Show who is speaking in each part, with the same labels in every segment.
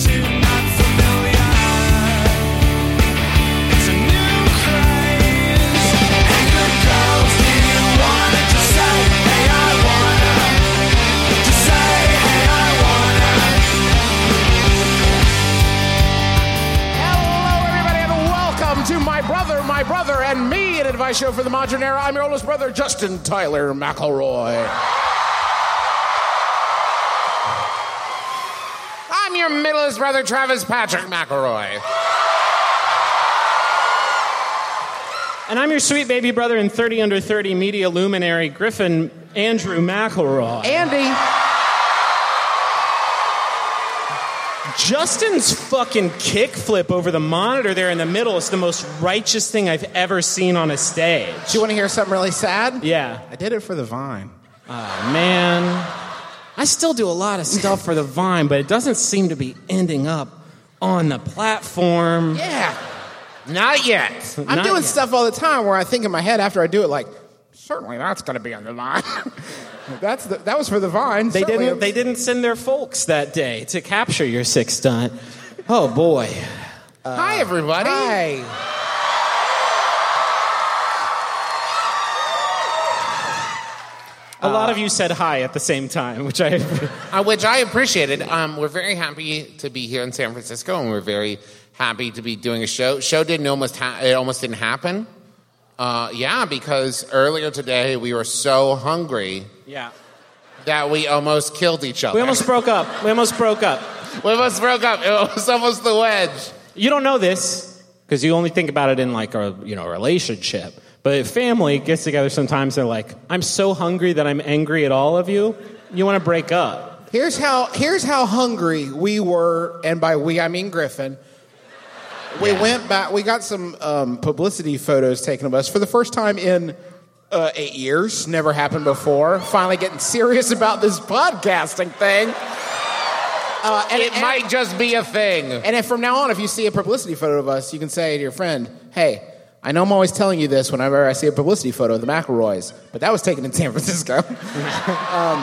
Speaker 1: too not familiar. It's a new craze, and good girls, do you wanna just say, hey, I wanna? Just say, hey, I wanna.
Speaker 2: Hello, everybody, and welcome to My Brother, My Brother, and Me, an advice show for the modern era. I'm your oldest brother, Justin Tyler McElroy. I'm your middleest brother, Travis Patrick McElroy.
Speaker 3: And I'm your sweet baby brother and 30 under 30 media luminary, Griffin Andrew McElroy.
Speaker 2: Andy.
Speaker 3: Justin's fucking kickflip over the monitor there in the middle is the most righteous thing I've ever seen on a stage.
Speaker 2: Do you want to hear something really sad?
Speaker 3: Yeah.
Speaker 2: I did it for the Vine.
Speaker 3: Man, I still do a lot of stuff for the Vine, but it doesn't seem to be ending up on the platform.
Speaker 2: Yeah. Not yet. I'm
Speaker 3: Not
Speaker 2: doing
Speaker 3: yet.
Speaker 2: stuff all the time where I think in my head after I do it, like, certainly that's going to be on the line. that's the, that was for the Vine.
Speaker 3: They
Speaker 2: Certainly
Speaker 3: didn't,
Speaker 2: it-
Speaker 3: they didn't send their folks that day to capture your six stunt. Oh boy.
Speaker 2: Hi, everybody. Hi.
Speaker 3: A lot of you said hi at the same time, which I
Speaker 4: uh, which I appreciated. Um, we're very happy to be here in San Francisco, and we're very happy to be doing a show. Show didn't almost ha- it almost didn't happen. Uh, yeah, because earlier today we were so hungry
Speaker 3: Yeah.
Speaker 4: that we almost killed each other.
Speaker 3: We almost broke up. We almost broke up.
Speaker 4: we almost broke up. It was almost the wedge.
Speaker 3: You don't know this because you only think about it in like a you know relationship. But family gets together sometimes. They're like, "I'm so hungry that I'm angry at all of you. You want to break up?"
Speaker 2: Here's how here's how hungry we were, and by we I mean Griffin. We went back. We got some um, publicity photos taken of us for the first time in uh, eight years. Never happened before. Finally, getting serious about this podcasting thing. Uh, and,
Speaker 4: It
Speaker 2: and-
Speaker 4: might just be a thing.
Speaker 2: And if from now on, if you see a publicity photo of us, you can say to your friend, "Hey, I know I'm always telling you this whenever I see a publicity photo of the McElroys, but that was taken in San Francisco."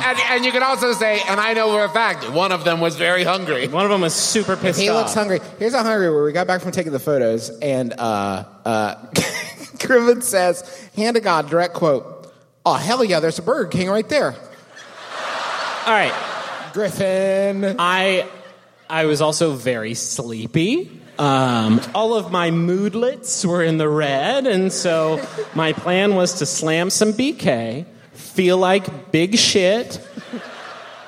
Speaker 4: And, and you can also say, and I know for a fact, one of them was very hungry.
Speaker 3: One of them was super pissed
Speaker 2: He
Speaker 3: off.
Speaker 2: looks hungry. Here's how hungry we were. We got back from taking the photos, and uh, uh, Griffin says, hand to God, direct quote, Oh, hell yeah, there's a Burger King right there.
Speaker 3: All right,
Speaker 2: Griffin.
Speaker 3: I I was also very sleepy. Um, all of my moodlets were in the red, and so my plan was to slam some BK, feel like big shit,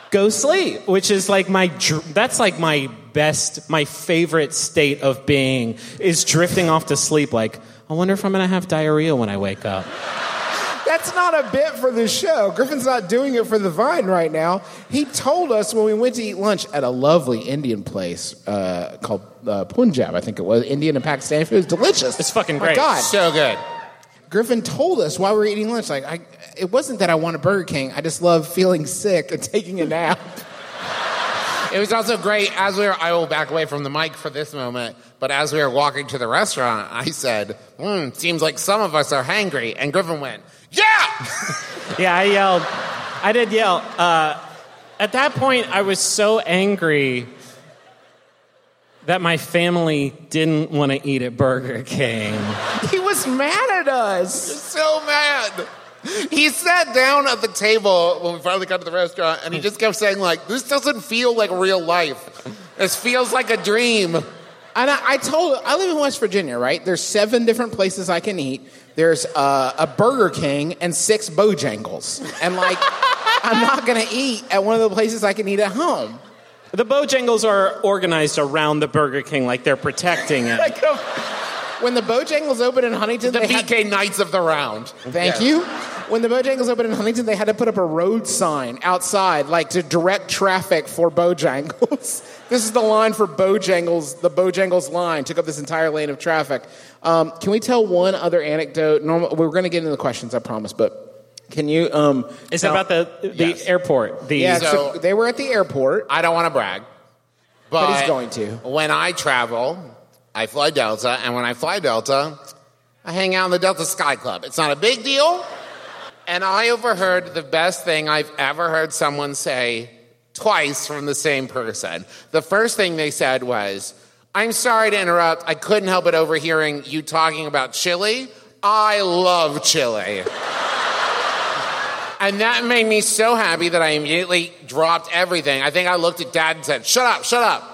Speaker 3: go sleep, which is like my dr- that's like my best, my favorite state of being is drifting off to sleep. Like I wonder if I'm gonna have diarrhea when I wake up.
Speaker 2: That's not a bit for the show. Griffin's not doing it for the vine right now. He told us when we went to eat lunch at a lovely Indian place uh, called uh, Punjab, I think it was, Indian and Pakistani food. It was delicious.
Speaker 3: It's fucking
Speaker 2: My
Speaker 3: great.
Speaker 2: God.
Speaker 4: So good.
Speaker 2: Griffin told us while we were eating lunch, like, I, it wasn't that I want a Burger King. I just love feeling sick and taking a nap.
Speaker 4: It was also great as we were. I will back away from the mic for this moment, but as we were walking to the restaurant, I said, mm, "Seems like some of us are hangry." And Griffin went, "Yeah."
Speaker 3: Yeah, I yelled. I did yell. Uh, at that point, I was so angry that my family didn't want to eat at Burger King.
Speaker 2: He was mad at us.
Speaker 4: so mad. He sat down at the table when we finally got to the restaurant, and he just kept saying, "Like this doesn't feel like real life. This feels like a dream."
Speaker 2: And I, I told I live in West Virginia, right? There's seven different places I can eat. There's uh, a Burger King and six Bojangles. And like, I'm not going to eat at one of the places I can eat at home.
Speaker 3: The Bojangles are organized around the Burger King like they're protecting it.
Speaker 2: Like, um, when the Bojangles opened in Huntington,
Speaker 4: The
Speaker 2: they had-
Speaker 4: BK Knights of the Round.
Speaker 2: Thank
Speaker 4: Yeah.
Speaker 2: you. When the Bojangles opened in Huntington, they had to put up a road sign outside, like to direct traffic for Bojangles. this is the line for Bojangles. The Bojangles line took up this entire lane of traffic. Um, can we tell one other anecdote? Normal, we're going to get into the questions, I promise. But can you? Um,
Speaker 3: Is it
Speaker 2: tell-
Speaker 3: about the the
Speaker 4: Yes.
Speaker 3: airport? The
Speaker 2: Yeah, so
Speaker 4: So-
Speaker 2: they were at the airport.
Speaker 4: I don't want to brag, but,
Speaker 2: he's going to.
Speaker 4: When I travel, I fly Delta, and when I fly Delta, I hang out in the Delta Sky Club. It's not a big deal. And I overheard the best thing I've ever heard someone say twice from the same person. The first thing they said was, I'm sorry to interrupt. I couldn't help but overhearing you talking about chili. I love chili. And that made me so happy that I immediately dropped everything. I think I looked at dad and said, Shut up, shut up.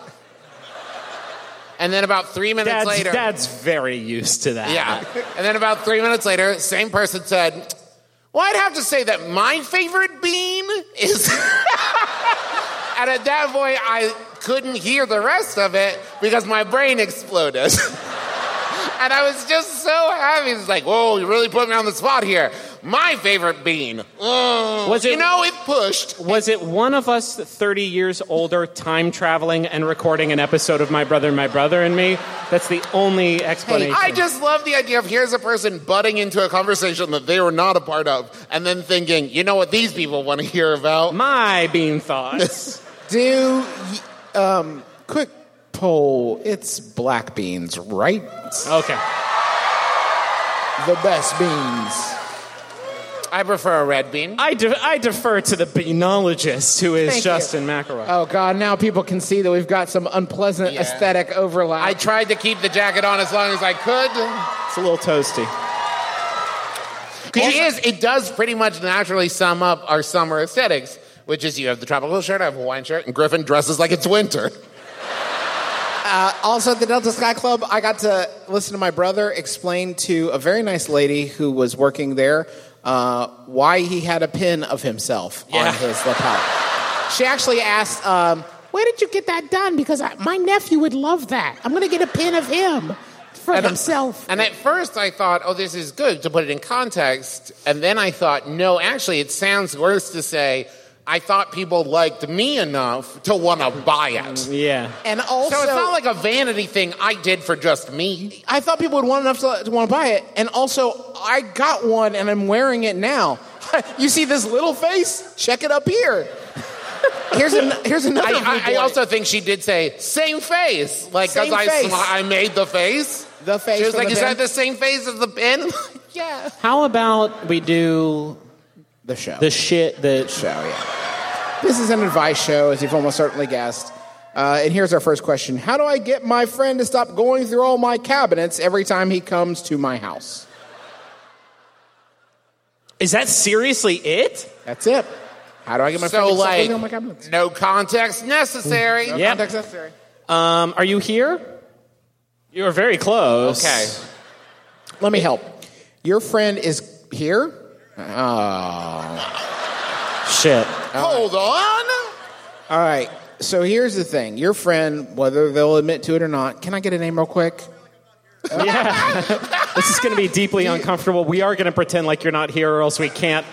Speaker 4: And then about three minutes
Speaker 3: Dad's,
Speaker 4: later.
Speaker 3: Dad's very used to that.
Speaker 4: Yeah. And then about three minutes later, same person said, Well, I'd have to say that my favorite bean is. and at that point, I couldn't hear the rest of it because my brain exploded. and I was just so happy. It's like, Whoa, you really put me on the spot here. My favorite bean. Oh.
Speaker 3: Was it-
Speaker 4: You know, it pushed.
Speaker 3: Was it one of us, 30 years older, time traveling and recording an episode of My Brother, My Brother and Me? That's the only explanation.
Speaker 4: I just love the idea of here's a person butting into a conversation that they were not a part of and then thinking, you know what these people want to hear about?
Speaker 3: My bean thoughts.
Speaker 2: Do y- um, quick poll. It's black beans, right?
Speaker 3: okay.
Speaker 2: The best beans.
Speaker 4: I prefer a red bean.
Speaker 3: I, de- I defer to the beanologist who is
Speaker 2: Thank you.
Speaker 3: Justin McElroy. Uh,
Speaker 2: Oh God! Now people can see that we've got some unpleasant
Speaker 4: Yeah.
Speaker 2: aesthetic overlap.
Speaker 4: I tried to keep the jacket on as long as I could.
Speaker 3: it's a little toasty.
Speaker 4: It is, it does pretty much naturally sum up our summer aesthetics, which is you have the tropical shirt, I have a Hawaiian shirt, and Griffin dresses like it's winter.
Speaker 2: also at the Delta Sky Club, I got to listen to my brother explain to a very nice lady who was working there uh, why he had a pin of himself
Speaker 3: Yeah.
Speaker 2: on his lapel. she actually asked, um, "Where did you get that done? Because I, my nephew would love that. I'm going to get a pin of him for himself."
Speaker 4: And at first I thought, oh, this is good to put it in context. And then I thought, no, actually, it sounds worse to say, I thought people liked me enough to want to buy it.
Speaker 3: Yeah.
Speaker 2: and also,
Speaker 4: So it's not like a vanity thing I did for just me.
Speaker 2: I thought people would want enough to, to want to buy it, and also I got one and I'm wearing it now. you see this little face? Check it up here. here's an, here's another.
Speaker 4: I, I, I
Speaker 2: boy.
Speaker 4: also think she did say same face, like because
Speaker 2: Same
Speaker 4: I
Speaker 2: face.
Speaker 4: smi- I made the face.
Speaker 2: The face
Speaker 4: She was
Speaker 2: from
Speaker 4: like,
Speaker 2: the
Speaker 4: "Is that
Speaker 2: pin?"
Speaker 4: the same face as the pin?" yeah.
Speaker 3: How about we do
Speaker 2: the show.
Speaker 3: the shit that.
Speaker 2: show. Yeah. This is an advice show, as you've almost certainly guessed. Uh, and here's our first question: How do I get my friend to stop going through all my cabinets every time he comes to my house?
Speaker 3: Is that seriously it?
Speaker 2: That's it. How do I get my friend
Speaker 4: So
Speaker 2: to stop going
Speaker 4: like,
Speaker 2: through all my cabinets? Mm.
Speaker 4: no context necessary.
Speaker 3: Yeah.
Speaker 2: Context necessary.
Speaker 3: Um, are you here? You are very close.
Speaker 4: Okay.
Speaker 2: Let me help. Your friend is here. Oh.
Speaker 3: Shit.
Speaker 4: Hold on.
Speaker 2: All right. So here's the thing. Your friend, whether they'll admit to it or not, can I get a name real quick?
Speaker 3: This is going to be deeply uncomfortable. We are going to pretend like you're not here, or else we can't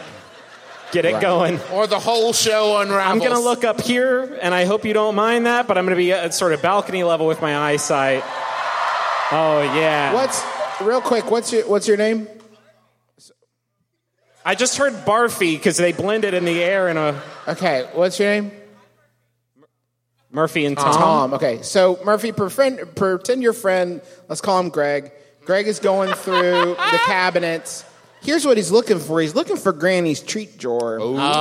Speaker 3: get it going.
Speaker 4: Or the whole show unravels.
Speaker 3: I'm going to look up here, and I hope you don't mind that, but I'm going to be at sort of balcony level with my eyesight. Oh, yeah.
Speaker 2: What's real quick? What's your What's your name?
Speaker 3: I just heard barfy because they blended in the air in a
Speaker 2: Okay. What's your name?
Speaker 3: Murphy and
Speaker 4: Uh-huh.
Speaker 3: Tom.
Speaker 2: Tom. Okay. So Murphy, pretend, pretend your friend. Let's call him Greg. Greg is going through the cabinets. Here's what he's looking for. He's looking for Granny's treat drawer.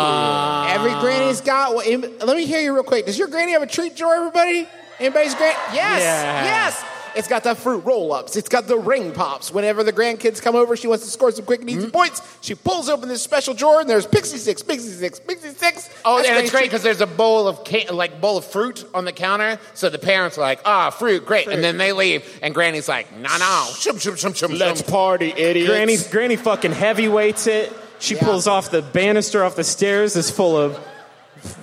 Speaker 2: Every granny's got. one. Let me hear you real quick. Does your granny have a treat drawer? Everybody, anybody's granny? Yes,
Speaker 3: Yeah.
Speaker 2: yes. It's got the fruit roll-ups. It's got the ring pops. Whenever the grandkids come over, she wants to score some quick and easy
Speaker 4: Mm-hmm.
Speaker 2: points. She pulls open this special drawer, and there's Pixie Six, Pixie Six, Pixie Six.
Speaker 4: Oh,
Speaker 2: That's
Speaker 4: and
Speaker 2: Granny's
Speaker 4: it's great
Speaker 2: treat-
Speaker 4: because there's a bowl of ca- like bowl of fruit on the counter, so the parents are like, "Ah, fruit, great," and then they leave, and Granny's like, "No, no, shum, shum, shum, shum, shum."
Speaker 3: party, idiots. Granny, Granny fucking heavyweights it. She
Speaker 2: Yeah.
Speaker 3: pulls off the banister off the stairs. Is full of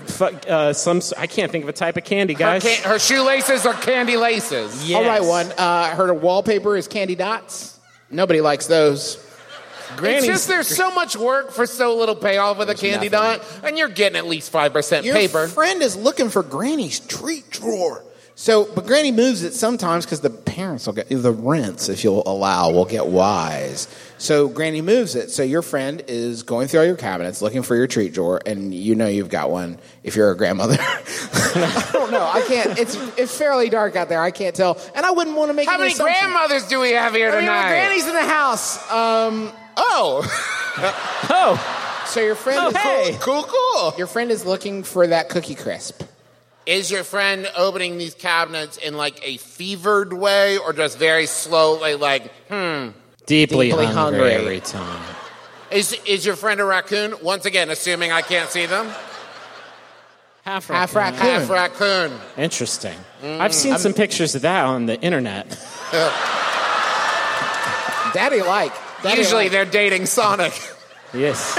Speaker 3: fuck, uh, some. s- I can't think of a type of candy,
Speaker 4: Her,
Speaker 3: guys.
Speaker 4: can- her shoelaces are candy laces.
Speaker 3: Yes.
Speaker 2: All right, one. Uh, I heard a wallpaper is candy dots. Nobody likes those.
Speaker 4: It's
Speaker 3: Granny's-
Speaker 4: just there's so much work for so little payoff with a candy dot, and you're getting at least five percent
Speaker 2: Your
Speaker 4: paper.
Speaker 2: friend is looking for Granny's treat drawer. So, but Granny moves it sometimes because the parents will get the rents, if you'll allow, will get wise. So Granny moves it. So your friend is going through all your cabinets looking for your treat drawer, and you know you've got one if you're a grandmother. I don't know. I can't. It's it's fairly dark out there. I can't tell, and I wouldn't want to make
Speaker 4: How
Speaker 2: any
Speaker 4: many
Speaker 2: assumptions.
Speaker 4: grandmothers do we have here
Speaker 2: I mean,
Speaker 4: tonight?
Speaker 2: my granny's in the house. Um,
Speaker 4: Oh,
Speaker 3: Oh,
Speaker 2: so your friend,
Speaker 3: Oh,
Speaker 2: is,
Speaker 3: hey.
Speaker 4: cool, cool.
Speaker 2: your friend is looking for that cookie crisp.
Speaker 4: Is your friend opening these cabinets in like a fevered way, or just very slowly? Like,
Speaker 3: deeply,
Speaker 2: Deeply
Speaker 3: hungry,
Speaker 2: hungry.
Speaker 3: every time.
Speaker 4: is is your friend a raccoon? Once again, assuming I can't see them.
Speaker 3: Half
Speaker 2: Half
Speaker 3: raccoon.
Speaker 2: raccoon.
Speaker 4: Half raccoon.
Speaker 3: Interesting. I've seen some pictures of that on the internet.
Speaker 2: Daddy like. Daddy
Speaker 4: Usually
Speaker 2: like.
Speaker 4: they're dating Sonic.
Speaker 3: Yes.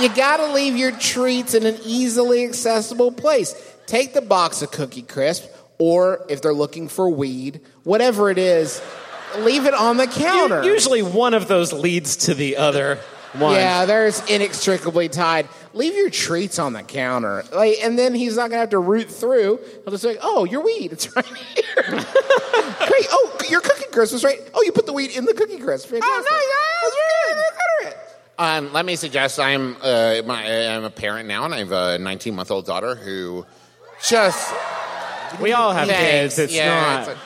Speaker 2: You gotta leave your treats in an easily accessible place. Take the box of Cookie Crisp, or if they're looking for weed, whatever it is, leave it on the counter.
Speaker 3: Usually one of those leads to the other one.
Speaker 2: yeah, there's inextricably tied. Leave your treats on the counter, like, and then he's not gonna have to root through. He'll just say, "Oh, your weed, it's right here." Great. Oh, your Cookie Crisp was right. Oh, you put the weed in the Cookie Crisp. Fantastic.
Speaker 4: Oh, no, Um, let me suggest I'm uh, my, I'm a parent now, and I have a 19 month old daughter who just
Speaker 3: We all have
Speaker 4: Thanks.
Speaker 3: kids. It's
Speaker 4: Yeah,
Speaker 3: not.
Speaker 4: it's like-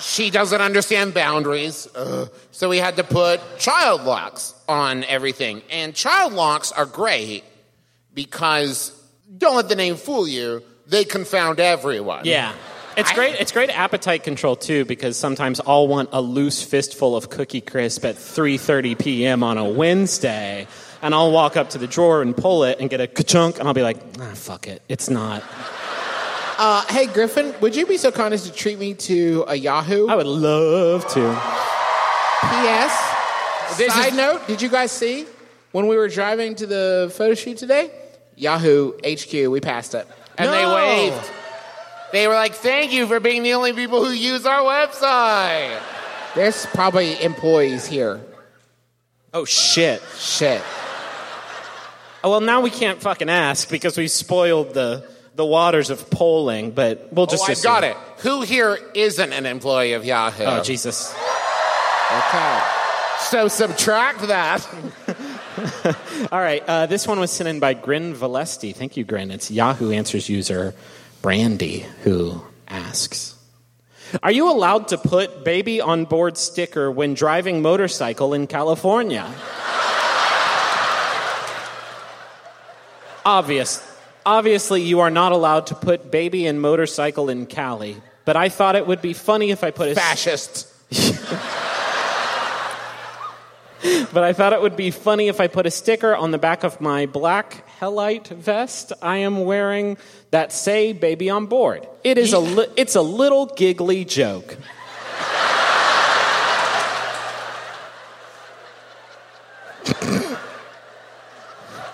Speaker 4: she doesn't understand boundaries, Ugh. so we had to put child locks on everything. And child locks are great because don't let the name fool you; they confound everyone.
Speaker 3: yeah. It's
Speaker 4: I-
Speaker 3: great. It's great appetite control too, because sometimes I'll want a loose fistful of Cookie Crisp at 3:30 p.m. on a Wednesday, and I'll walk up to the drawer and pull it and get a ka-chunk, and I'll be like, ah, fuck it, it's not.
Speaker 2: Uh, hey, Griffin, would you be so kind as to treat me to a Yahoo?
Speaker 4: Oh.
Speaker 3: I would love to.
Speaker 2: P.S.
Speaker 4: This
Speaker 2: Side
Speaker 4: is-
Speaker 2: note: Did you guys see when we were driving to the photo shoot today? Yahoo HQ, we passed it,
Speaker 4: and
Speaker 2: No.
Speaker 4: they waved. They were like, "Thank you for being the only people who use our website."
Speaker 2: There's probably employees here.
Speaker 3: Oh shit.
Speaker 2: Shit.
Speaker 3: Oh, Well, now we can't fucking ask because we spoiled the the waters of polling, but we'll just
Speaker 4: oh, I
Speaker 3: assume.
Speaker 4: got it. Who here isn't an employee of Yahoo?
Speaker 3: Oh Jesus.
Speaker 2: Okay.
Speaker 4: So subtract that.
Speaker 3: All right, uh, this one was sent in by Grin Valesti. Thank you, Grin. It's Yahoo Answers user Brandy who asks Are you allowed to put baby on board sticker when driving motorcycle in California? Obvious. Obviously, you are not allowed to put baby and motorcycle in Cali, but I thought it would be funny if I put a.
Speaker 4: Fascist.
Speaker 3: But I thought it would be funny if I put a sticker on the back of my black hellite vest I am wearing that say "Baby on board." It is a li- it's a little giggly joke.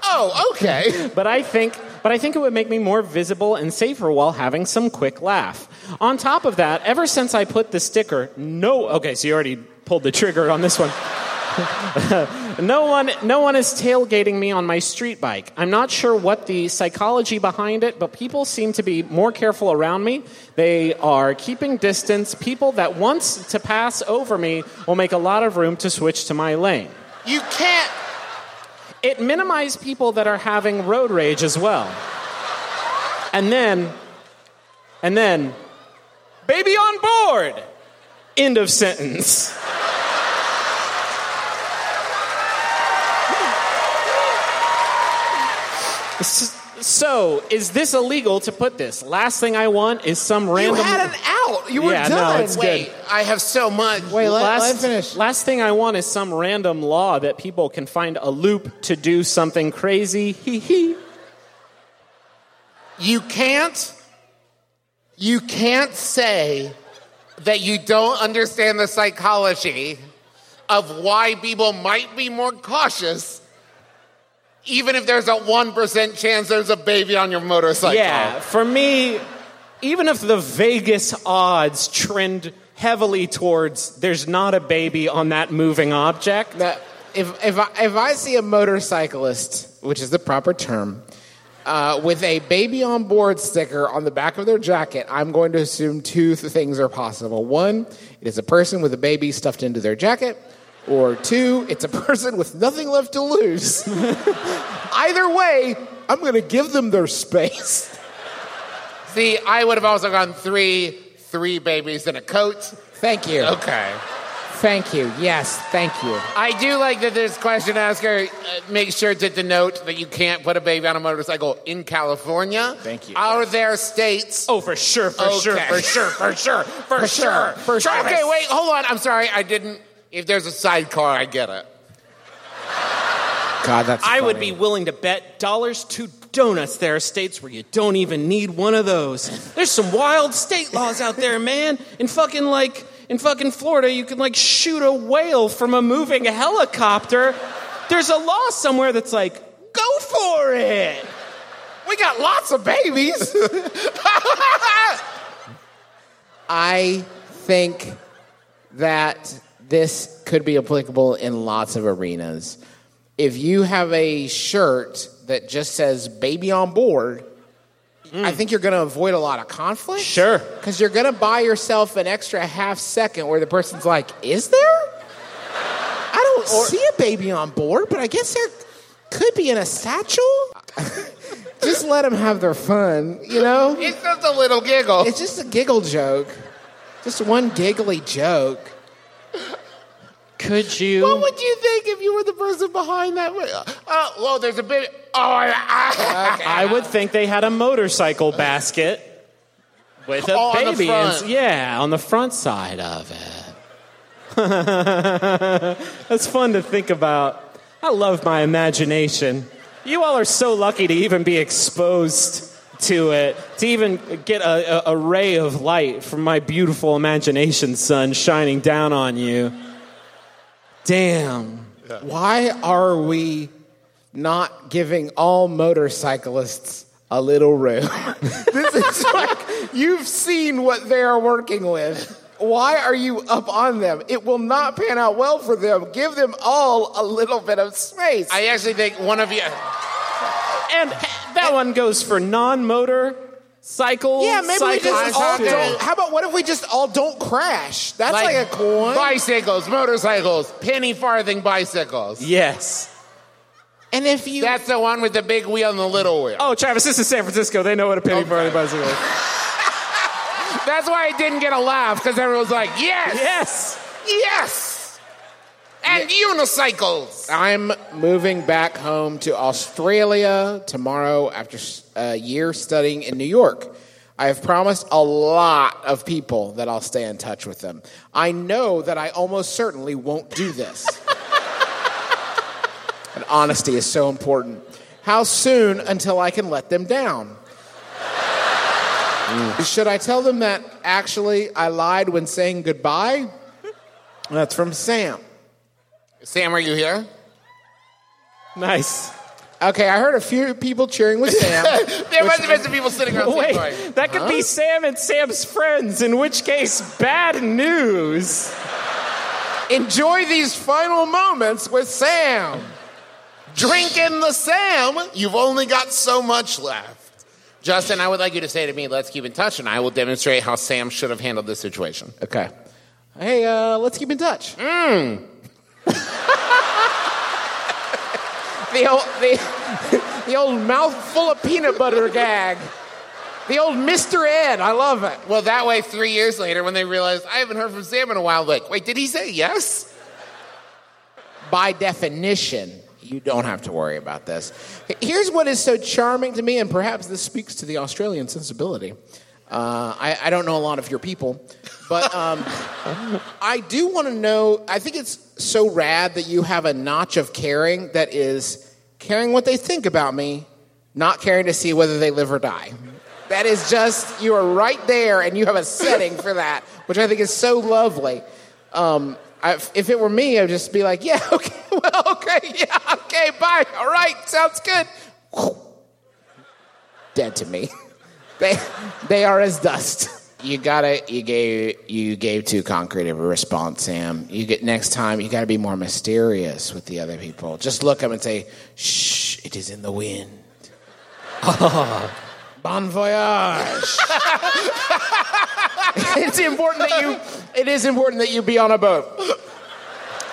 Speaker 4: Oh, okay.
Speaker 3: But I think but I think it would make me more visible and safer while having some quick laugh. On top of that, ever since I put the sticker, no okay, so you already pulled the trigger on this one. no one no one is tailgating me on my street bike. I'm not sure what the psychology behind it, but people seem to be more careful around me. They are keeping distance. People that wants to pass over me will make a lot of room to switch to my lane.
Speaker 4: You can't.
Speaker 3: It minimized people that are having road rage as well. And then, and then, baby on board! End of sentence. S- So, is this illegal to put this? Last thing I want is some
Speaker 4: You
Speaker 3: random.
Speaker 4: had an out. You were
Speaker 3: Yeah, no,
Speaker 4: done.
Speaker 3: it's
Speaker 4: Oh, Wait,
Speaker 3: good.
Speaker 4: I have so much.
Speaker 2: Wait, let,
Speaker 3: last,
Speaker 2: let him finish.
Speaker 3: last thing I want is some random law that people can find a loop to do something crazy. Hee hee.
Speaker 4: You can't. You can't say that you don't understand the psychology of why people might be more cautious,
Speaker 2: Oh.
Speaker 4: even if there's a one percent chance there's a baby on your motorcycle.
Speaker 3: Yeah, for me, even if the Vegas odds trend heavily towards there's not a baby on that moving object,
Speaker 2: That if if I, if I see a motorcyclist, which is the proper term, uh, with a baby on board sticker on the back of their jacket, I'm going to assume two th- things are possible. One, it is a person with a baby stuffed into their jacket, or two, it's a person with nothing left to lose. Either way, I'm going to give them their space.
Speaker 4: See, I would have also gone three, three babies in a coat.
Speaker 2: Thank you.
Speaker 4: Okay.
Speaker 2: Thank you. Yes, thank you.
Speaker 4: I do like that this question asker uh, makes sure to denote that you can't put a baby on a motorcycle in California.
Speaker 2: Thank you.
Speaker 4: Are there states?
Speaker 3: oh, for sure, for
Speaker 4: Okay.
Speaker 3: sure, for sure.
Speaker 4: for sure, for,
Speaker 2: sure,
Speaker 4: sure,
Speaker 2: for sure.
Speaker 4: Okay, wait, hold on. I'm sorry, I didn't. If there's a sidecar, I get it.
Speaker 2: God, that's.
Speaker 3: I would
Speaker 2: funny.
Speaker 3: be willing to bet dollars to donuts there are states where you don't even need one of those. There's some wild state laws out there, man. In fucking like in fucking Florida, you can like shoot a whale from a moving helicopter. There's a law somewhere that's like, go for it.
Speaker 2: We got lots of babies. I think that this could be applicable in lots of arenas. If you have a shirt that just says baby on board, I think you're going to avoid a lot of conflict.
Speaker 3: Sure.
Speaker 2: Because you're going to buy yourself an extra half second where the person's like, is there? I don't see a baby on board, but I guess there could be in a satchel. just let them have their fun, you know?
Speaker 4: It's just a little giggle.
Speaker 2: It's just a giggle joke. Just one giggly joke.
Speaker 3: Could you?
Speaker 4: what would you think if you were the person behind that? wi- Uh, whoa, there's a baby. Oh, I, I,
Speaker 3: I would think they had a motorcycle basket with a
Speaker 4: Oh, on the
Speaker 3: baby.
Speaker 4: front.
Speaker 3: in- yeah, on the front side of it. That's fun to think about. I love my imagination. You all are so lucky to even be exposed to it, to even get a, a, a ray of light from my beautiful imagination sun shining down on you. Damn.
Speaker 2: uh, Why are we not giving all motorcyclists a little room? this is like you've seen what they are working with. Why are you up on them? It will not pan out well for them. Give them all a little bit of space.
Speaker 4: I actually think one of you.
Speaker 3: And that one goes for non-motor cycle.
Speaker 2: yeah, maybe we
Speaker 3: cycles
Speaker 2: just all
Speaker 3: too.
Speaker 2: don't. How about what if we just all don't crash? That's like, a cool one.
Speaker 4: Bicycles, motorcycles, penny farthing bicycles.
Speaker 3: Yes.
Speaker 2: And if you
Speaker 4: That's the one with the big wheel and the little wheel.
Speaker 3: Oh, Travis, this is San Francisco. They know what a penny
Speaker 4: Okay.
Speaker 3: farthing bicycle is.
Speaker 4: That's why I didn't get a laugh because everyone's like, yes,
Speaker 3: Yes.
Speaker 4: yes, and unicycles.
Speaker 2: I'm moving back home to Australia tomorrow after a year studying in New York. I have promised a lot of people that I'll stay in touch with them. I know that I almost certainly won't do this. and honesty is so important. How soon until I can let them down? Should I tell them that actually I lied when saying goodbye? That's from Sam.
Speaker 4: Sam, are you here?
Speaker 3: Nice.
Speaker 2: Okay, I heard a few people cheering with Sam.
Speaker 4: There must have been some people sitting around.
Speaker 3: Wait,
Speaker 4: Going,
Speaker 3: that could be Sam and Sam's friends, in which case, bad news.
Speaker 2: Enjoy these final moments with Sam.
Speaker 4: Drinking the Sam, you've only got so much left. Justin, I would like you to say to me, let's keep in touch, and I will demonstrate how Sam should have handled this situation.
Speaker 2: Okay. Hey, uh, let's keep in touch. the old the, the old mouthful of peanut butter gag. The old Mr. Ed, I love it.
Speaker 4: Well, that way, three years later, when they realize I haven't heard from Sam in a while, like, wait, did he say yes?
Speaker 2: by definition, you don't have to worry about this. Here's what is so charming to me, and perhaps this speaks to the Australian sensibility. Uh, I, I don't know a lot of your people, but um, I do want to know. I think it's so rad that you have a notch of caring that is caring what they think about me, not caring to see whether they live or die. That is just, you are right there and you have a setting for that, which I think is so lovely. Um, I, if it were me, I'd just be like, yeah, okay, well, okay, yeah, okay, bye, all right, sounds good. Dead to me. They, they are as dust.
Speaker 4: You gotta you gave you gave too concrete of a response, Sam. You get next time you gotta be more mysterious with the other people. Just look up and say, Shh, it is in the wind. bon voyage. it's important that you it is important that you be on a boat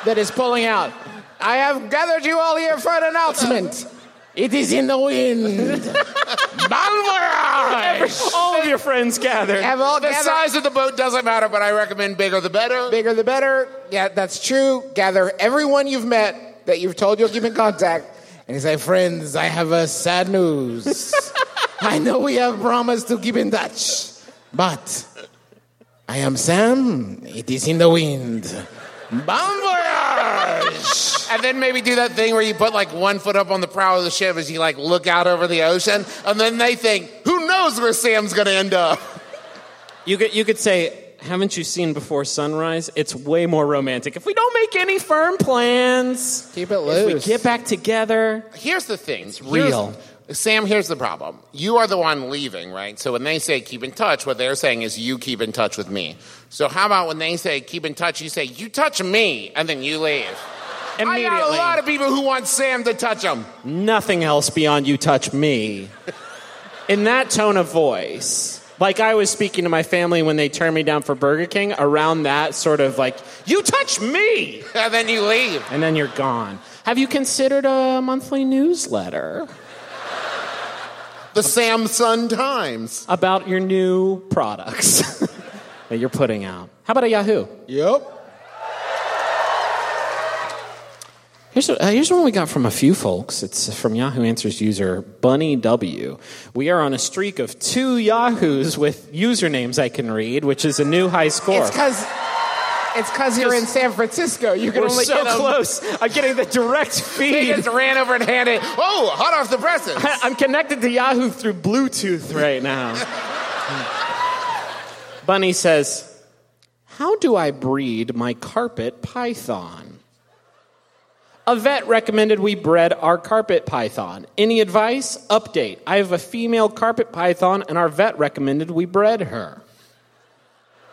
Speaker 4: that is pulling out. I have gathered you all here for an announcement. It is in the wind. bon voyage!
Speaker 3: All of your friends gathered.
Speaker 2: Have all
Speaker 4: The
Speaker 2: gathered-
Speaker 4: size of the boat doesn't matter, but I recommend bigger the better.
Speaker 2: bigger the better. Yeah, that's true. Gather everyone you've met that you've told you'll keep in contact, and say, "Friends, I have a sad news. I know we have promised to keep in touch, but I am Sam. It is in the wind. Bon voyage."
Speaker 4: And then maybe do that thing where you put like one foot up on the prow of the ship as you like look out over the ocean, and then they think, who knows where Sam's gonna end up?
Speaker 3: You could you could say, haven't you seen Before Sunrise? It's way more romantic. If we don't make any firm plans,
Speaker 2: Keep it
Speaker 3: if we
Speaker 2: loose.
Speaker 3: get back together,
Speaker 4: Here's the thing. It's
Speaker 3: real.
Speaker 4: Sam, here's the problem. You are the one leaving, right? So when they say keep in touch, what they're saying is you keep in touch with me. So how about when they say keep in touch, you say you touch me, and then you leave. I
Speaker 3: immediately,
Speaker 4: got a lot of people who want Sam to touch them.
Speaker 3: nothing else beyond you touch me. In that tone of voice, like I was speaking to my family when they turned me down for Burger King, around that sort of like, you touch me,
Speaker 4: And then you leave.
Speaker 3: and then you're gone. Have you considered a monthly newsletter
Speaker 4: The Samsung Times.
Speaker 3: about your new products that you're putting out? How about a Yahoo?
Speaker 2: Yep.
Speaker 3: Here's, a, uh, here's one we got from a few folks. It's from Yahoo Answers user Bunny W. We are on a streak of two Yahoos with usernames I can read, which is a new high score.
Speaker 2: It's because it's because you're in San Francisco. You can
Speaker 3: We're
Speaker 2: only
Speaker 3: so
Speaker 2: get a-
Speaker 3: close. I'm getting the direct
Speaker 4: He
Speaker 3: feed.
Speaker 4: just ran over and handed. Oh, hot off the presses.
Speaker 3: I'm connected to Yahoo through Bluetooth right now. Bunny says, How do I breed my carpet python? A vet recommended we bred our carpet python. Any advice? Update. I have a female carpet python, and our vet recommended we bred her.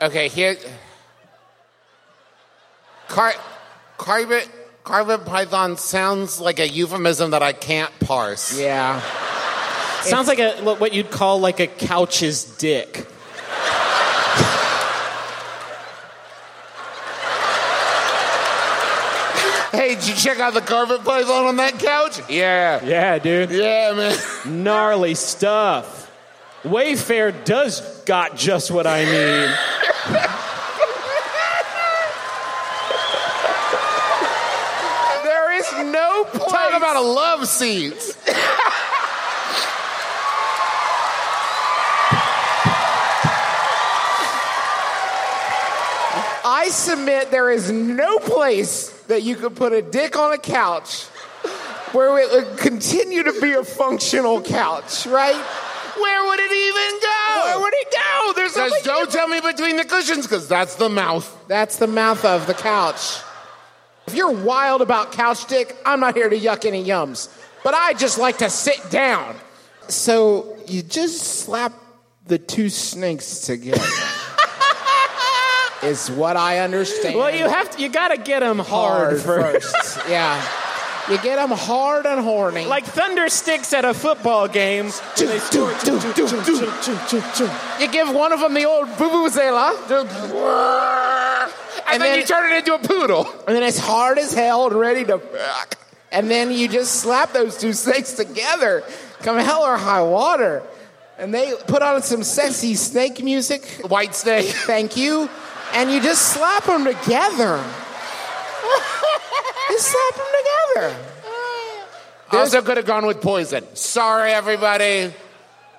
Speaker 4: Okay, here. Car- carpet, carpet python sounds like a euphemism that I can't parse.
Speaker 2: Yeah.
Speaker 3: Sounds like a, what you'd call like a couch's dick.
Speaker 4: Hey, did you check out the carpet python on that couch? Yeah.
Speaker 3: Yeah, dude.
Speaker 4: Yeah, man.
Speaker 3: gnarly stuff. Wayfair does got just what I need.
Speaker 2: There is no place.
Speaker 4: Talk about a love seat.
Speaker 2: I submit there is no place that you could put a dick on a couch where it would continue to be a functional couch, right?
Speaker 4: Where would it even go?
Speaker 2: Where would it go? There's
Speaker 4: Says,
Speaker 2: nothing.
Speaker 4: don't tell me between the cushions, because that's the mouth.
Speaker 2: That's the mouth of the couch. If you're wild about couch dick, I'm not here to yuck any yums, but I just like to sit down. So you just slap the two snakes together. is what I understand.
Speaker 3: Well, you have to, you gotta get them hard, first.
Speaker 2: yeah. You get them hard and horny.
Speaker 3: Like thunder sticks at a football game.
Speaker 2: Do, do, do, do, do. you give one of them the old vuvuzela, do-
Speaker 4: And, then, you turn it into a poodle.
Speaker 2: and then it's hard as hell and ready to. And then you just slap those two snakes together, come hell or high water, and they put on some sexy snake music.
Speaker 4: White snake.
Speaker 2: Thank you, and you just slap them together. just slap them together.
Speaker 4: also could have gone with poison. Sorry, everybody.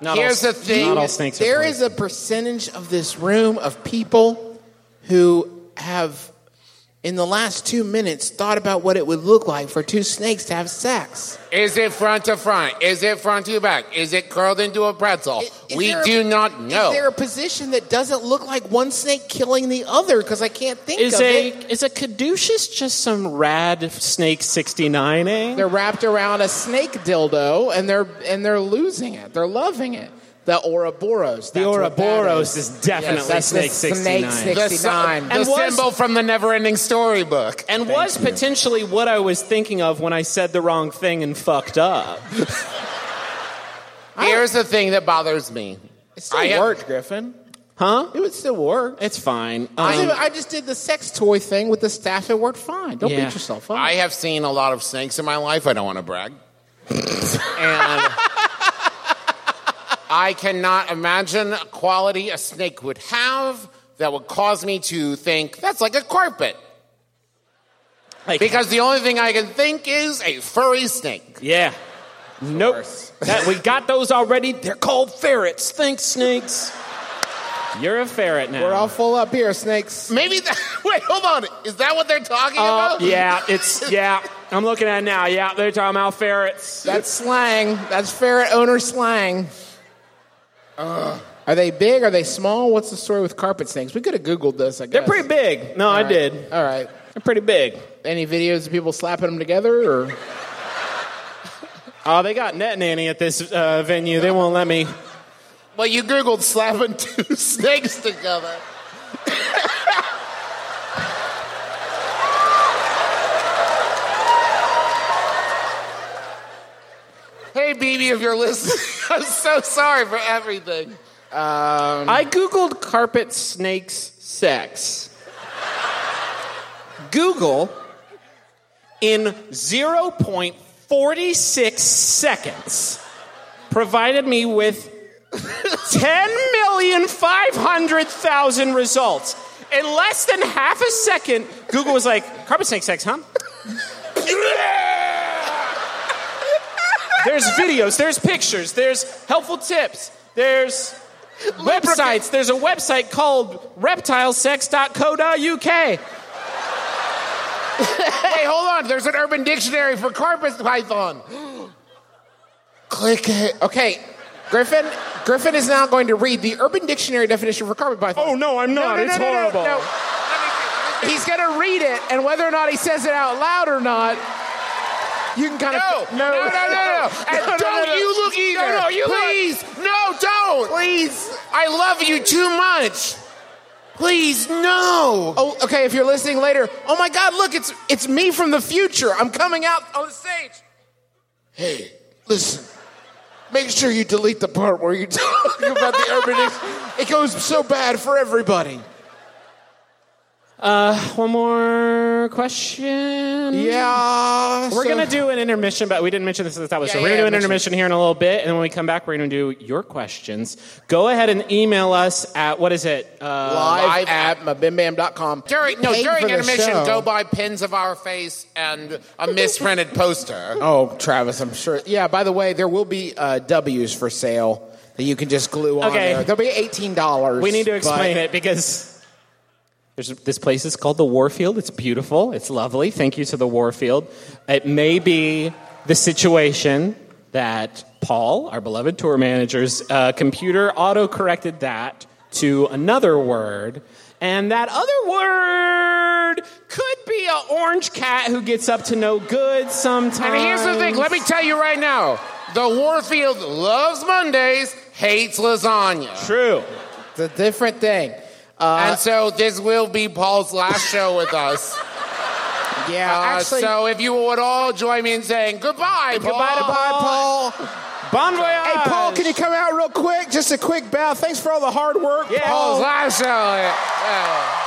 Speaker 3: Not
Speaker 4: Here's the thing.
Speaker 3: Not all snakes are
Speaker 2: There
Speaker 3: poisonous.
Speaker 2: is a percentage of this room of people who have, in the last two minutes, thought about what it would look like for two snakes to have sex.
Speaker 4: Is it front to front? Is it front to back? Is it curled into a pretzel?
Speaker 2: Is
Speaker 4: Oh, we
Speaker 2: there a-
Speaker 4: do not know.
Speaker 2: Is there a position that doesn't look like one snake killing the other? Because I can't think
Speaker 3: Is
Speaker 2: of
Speaker 3: a
Speaker 2: it.
Speaker 3: is a caduceus just some rad snake eh? sixty nine?
Speaker 2: They're wrapped around a snake dildo, and they're and they're losing it. They're loving it. The Ouroboros.
Speaker 3: The
Speaker 2: that's what that
Speaker 3: Ouroboros is definitely
Speaker 2: Yes, that's
Speaker 3: Snake
Speaker 2: the
Speaker 3: 69.
Speaker 2: Snake
Speaker 4: The,
Speaker 2: 69.
Speaker 4: sum-
Speaker 3: And
Speaker 4: the
Speaker 3: was-
Speaker 4: symbol from the never-ending storybook.
Speaker 3: And was potentially what I was thinking of when I said the wrong thing and fucked up.
Speaker 4: Here's the thing that bothers me.
Speaker 2: It still
Speaker 4: I-
Speaker 2: worked, Griffin.
Speaker 3: Huh?
Speaker 2: It would still work.
Speaker 3: It's fine.
Speaker 2: I,
Speaker 3: Um,
Speaker 2: did- I just did the sex toy thing with the staff. It worked fine. Don't
Speaker 3: Yeah.
Speaker 2: beat yourself up.
Speaker 4: I have seen a lot of snakes in my life. I don't want to brag. and I cannot imagine a quality a snake would have that would cause me to think that's like a carpet.
Speaker 3: like-
Speaker 4: Because the only thing I can think is a furry snake.
Speaker 3: yeah. Nope. That- we got those already. They're called ferrets. Thanks, snakes. You're a ferret now.
Speaker 2: We're all full up here, snakes.
Speaker 4: Maybe that. Wait, hold on. Is that what they're talking
Speaker 3: Oh,
Speaker 4: about?
Speaker 3: yeah, it's yeah. I'm looking at it now. Yeah, they're talking about ferrets.
Speaker 2: That's slang. That's ferret owner slang. Uh, Are they big? Are they small? What's the story with carpet snakes? We could have Googled this, I guess.
Speaker 3: They're pretty big. No, I
Speaker 2: All right.
Speaker 3: did.
Speaker 2: All right.
Speaker 3: They're pretty big.
Speaker 2: Any videos of people slapping them together? or
Speaker 3: Oh, they got net nanny at this uh, venue. They won't let me.
Speaker 4: Well, you Googled slapping two snakes together. hey, BB, if you're listening, I'm so sorry for everything.
Speaker 3: I googled carpet snakes sex. Google in 0.46 seconds provided me with 10,500,000 results. In less than half a second, Google was like, carpet snake sex, huh? There's videos, there's pictures, there's helpful tips, there's websites. There's a website called reptilesex.co.uk.
Speaker 4: Hey, hold on. There's an urban dictionary for carpet python.
Speaker 2: click it. Okay. Griffin Griffin is now going to read the Urban Dictionary definition for carpet python.
Speaker 3: Oh, no, I'm not. It's horrible.
Speaker 2: No, He's going to read it, and whether or not he says it out loud or not, you can kind
Speaker 4: No,
Speaker 2: of.
Speaker 4: no, no, no, no. And
Speaker 2: no,
Speaker 4: don't
Speaker 2: no.
Speaker 4: you look either.
Speaker 2: No, no, you look.
Speaker 4: Please, no, don't.
Speaker 2: Please.
Speaker 4: I love you too much. Please, no.
Speaker 2: Oh, okay. If you're listening later, oh my God, look, it's it's me from the future. I'm coming out on the stage. Hey, listen. Make sure you delete the part where you talk about the urban. ex- It goes so bad for everybody.
Speaker 3: Uh, One more question. We're
Speaker 2: Yeah. so-
Speaker 3: going to do an intermission, but we didn't mention this at the top of the show.
Speaker 2: Yeah,
Speaker 3: We're
Speaker 2: yeah,
Speaker 3: going to do an intermission
Speaker 2: mention-
Speaker 3: here in a little bit, and then when we come back, we're going to do your questions. Go ahead and email us at what is it? Uh,
Speaker 2: live at mybimbam.com.
Speaker 4: During, no,
Speaker 2: Paid
Speaker 4: during
Speaker 2: for the
Speaker 4: intermission,
Speaker 2: show.
Speaker 4: go buy pins of our face and a misprinted poster.
Speaker 2: Oh, Travis, I'm sure. Yeah. By the way, there will be uh, W's for sale that you can just glue on
Speaker 3: Okay.
Speaker 2: there. They'll be eighteen dollars.
Speaker 3: we need to explain it because. There's, this place is called the Warfield. It's beautiful. It's lovely. Thank you to the Warfield. It may be the situation that Paul, our beloved tour manager's uh, computer, auto corrected that to another word. And that other word could be an orange cat who gets up to no good sometimes.
Speaker 4: And here's the thing let me tell you right now the Warfield loves Mondays, hates lasagna.
Speaker 3: True.
Speaker 2: It's a different thing. Uh,
Speaker 4: And so this will be Paul's last show with us.
Speaker 2: yeah.
Speaker 4: Uh,
Speaker 2: actually,
Speaker 4: so if you would all join me in saying goodbye, Paul.
Speaker 3: Goodbye to
Speaker 2: Bye, Paul.
Speaker 3: Bon voyage.
Speaker 2: Hey, Paul, can you come out real quick? Just a quick bow. Thanks for all the hard work,
Speaker 3: Yeah.
Speaker 4: Paul's
Speaker 2: Paul.
Speaker 4: last show. Yeah.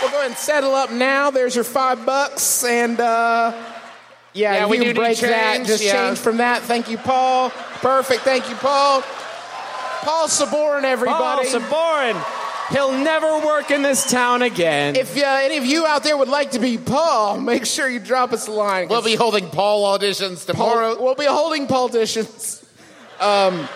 Speaker 2: We'll go ahead and settle up now. There's your five bucks, and uh, yeah,
Speaker 4: Yeah,
Speaker 2: if
Speaker 4: we
Speaker 2: you
Speaker 4: do
Speaker 2: can
Speaker 4: need
Speaker 2: break that.
Speaker 4: change,
Speaker 2: Just
Speaker 4: yeah.
Speaker 2: change from that. Thank you, Paul. Perfect. Thank you, Paul. Paul Saborn,
Speaker 3: Paul
Speaker 2: everybody.
Speaker 3: Saborin. He'll never work in this town again.
Speaker 2: if uh, any of you out there would like to be Paul, make sure you drop us a line.
Speaker 4: We'll be holding Paul auditions tomorrow.
Speaker 2: Paul, we'll be holding politicians. Um,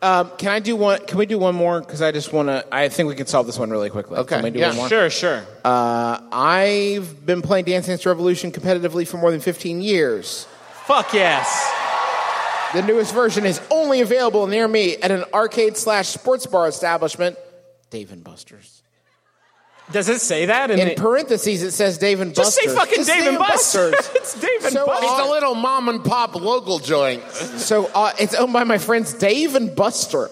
Speaker 2: um, can I do one? Can we do one more? Because I just want to. I think we can solve this one really quickly.
Speaker 4: Okay,
Speaker 2: Can we do
Speaker 4: yeah,
Speaker 2: one more?
Speaker 3: Sure, sure.
Speaker 2: Uh, I've been playing Dance Dance Revolution competitively for more than 15 years.
Speaker 3: Fuck yes.
Speaker 2: The newest version is only available near me at an arcade slash sports bar establishment, Dave and Buster's.
Speaker 3: Does it say that? In
Speaker 2: In
Speaker 3: the-
Speaker 2: parentheses, it says Dave and
Speaker 3: Just
Speaker 2: Buster's.
Speaker 3: say fucking Dave and Buster's. it's Dave and
Speaker 2: So uh,
Speaker 4: It's
Speaker 3: Buster's.
Speaker 4: a little mom and pop local joint.
Speaker 2: So uh, it's owned by my friends Dave and Buster.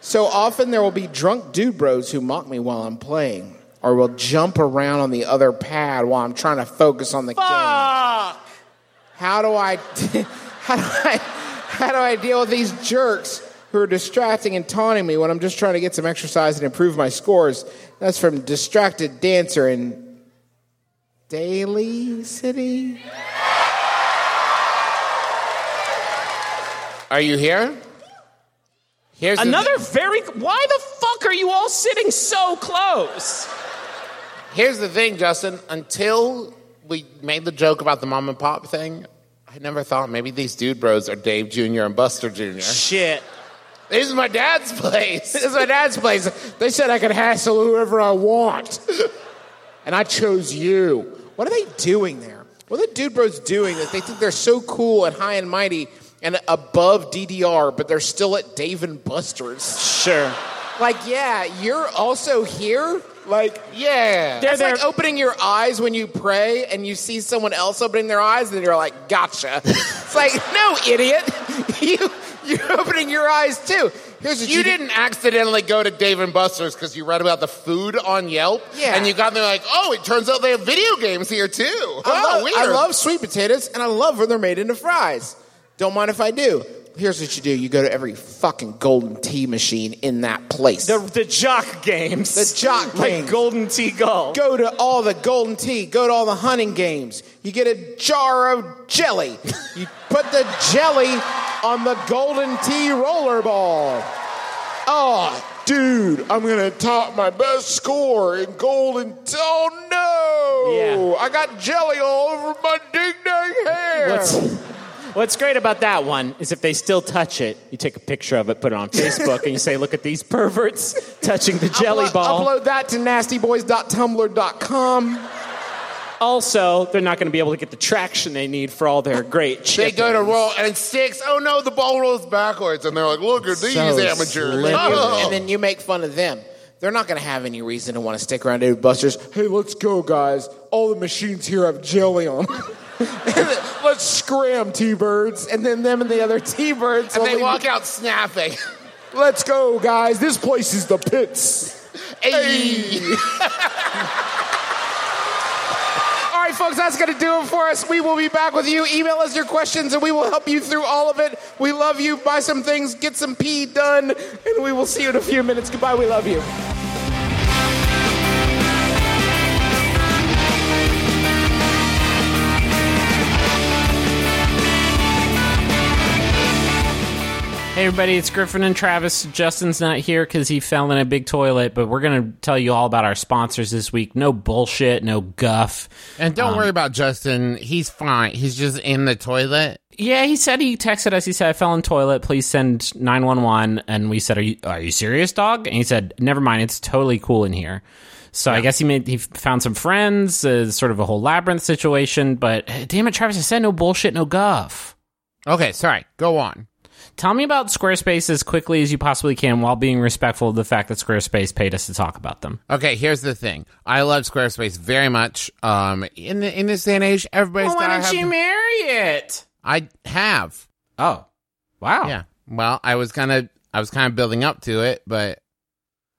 Speaker 2: So often there will be drunk dude bros who mock me while I'm playing, or will jump around on the other pad while I'm trying to focus on the game.
Speaker 3: Ah!
Speaker 2: How do I, how do I, how do I deal with these jerks who are distracting and taunting me when I'm just trying to get some exercise and improve my scores? That's from distracted dancer in Daly City.
Speaker 4: Are you here? Here's the-
Speaker 3: Another very. Why the fuck are you all sitting so close?
Speaker 4: Here's the thing, Justin. Until we made the joke about the mom and pop thing, I never thought maybe these dude bros are Dave Jr. and Buster Jr.
Speaker 3: Shit.
Speaker 4: This is my dad's place. This is my dad's place.
Speaker 2: They said I could hassle whoever I want. and I chose you. What are they doing there? What are the dude bros doing that they think they're so cool and high and mighty and above DDR, but they're still at Dave and Buster's?
Speaker 3: Sure.
Speaker 2: Like, yeah, you're also here? Like,
Speaker 4: Yeah.
Speaker 3: They're
Speaker 2: it's
Speaker 3: there.
Speaker 2: like opening your eyes when you pray and you see someone else opening their eyes and you're like, gotcha. it's like, no, idiot. you, you're opening your eyes too. Here's what
Speaker 4: You
Speaker 2: you did-
Speaker 4: didn't accidentally go to Dave and Buster's because you read about the food on Yelp.
Speaker 2: Yeah.
Speaker 4: And you got there like, oh, it turns out they have video games here too. Oh,
Speaker 2: I, love,
Speaker 4: weird.
Speaker 2: I love sweet potatoes, and I love when they're made into fries. Don't mind if I do. Here's what you do: you go to every fucking golden tea machine in that place.
Speaker 3: The, the jock games.
Speaker 2: The jock
Speaker 3: Like
Speaker 2: games.
Speaker 3: Golden Tea Gull.
Speaker 2: go to all the golden tea. Go to all the hunting games. You get a jar of jelly. you put the jelly on the golden tea rollerball. Oh, dude, I'm gonna top my best score in golden. Oh no! I got jelly all over my ding dang hair.
Speaker 3: What's, what's great about that one is if they still touch it, you take a picture of it, put it on Facebook, and you say, look at these perverts touching the jelly
Speaker 2: Upload-
Speaker 3: ball.
Speaker 2: Upload that to nastyboys.tumblr.com.
Speaker 3: Also, they're not going to be able to get the traction they need for all their great
Speaker 4: They
Speaker 3: chickens.
Speaker 4: go to roll and it sticks. Oh no, the ball rolls backwards, and they're like, "Look at these amateurs!"
Speaker 2: Slim.
Speaker 4: Oh.
Speaker 2: And then you make fun of them. They're not going to have any reason to want to stick around Dave Buster's. Hey, let's go, guys. All the machines here have jelly on them. let's scram, T-Birds. And then them and the other T-Birds.
Speaker 4: And
Speaker 2: will
Speaker 4: they
Speaker 2: be-
Speaker 4: walk out snapping.
Speaker 2: Let's go, guys. This place is the pits.
Speaker 4: Hey.
Speaker 2: All right, folks, that's going to do it for us. We will be back with you. Email us your questions and we will help you through all of it. We love you. Buy some things, get some pee done, and we will see you in a few minutes. Goodbye. We love you.
Speaker 3: Hey everybody, it's Griffin and Travis. Justin's not here because he fell in a big toilet, but we're going to tell you all about our sponsors this week. No bullshit, no guff.
Speaker 4: And don't worry about Justin. He's fine. He's just in the toilet.
Speaker 3: Yeah, he said he texted us. He said, I fell in toilet. Please send 911. And we said, Are you, are you serious, dog? And he said, Never mind. It's totally cool in here. So I guess he made he found some friends, uh, sort of a whole labyrinth situation. But eh, damn it, Travis, I said no bullshit, no guff.
Speaker 4: Okay, sorry. Go on.
Speaker 3: Tell me about Squarespace as quickly as you possibly can while being respectful of the fact that Squarespace paid us to talk about them.
Speaker 4: Okay, here's the thing. I love Squarespace very much. Um, in the, in this day and age, everybody's
Speaker 3: why
Speaker 4: gotta
Speaker 3: didn't you
Speaker 4: have-
Speaker 3: marry it?
Speaker 4: I have.
Speaker 3: Oh, wow.
Speaker 4: Yeah. Well, I was gonna. I was kind of building up to it, but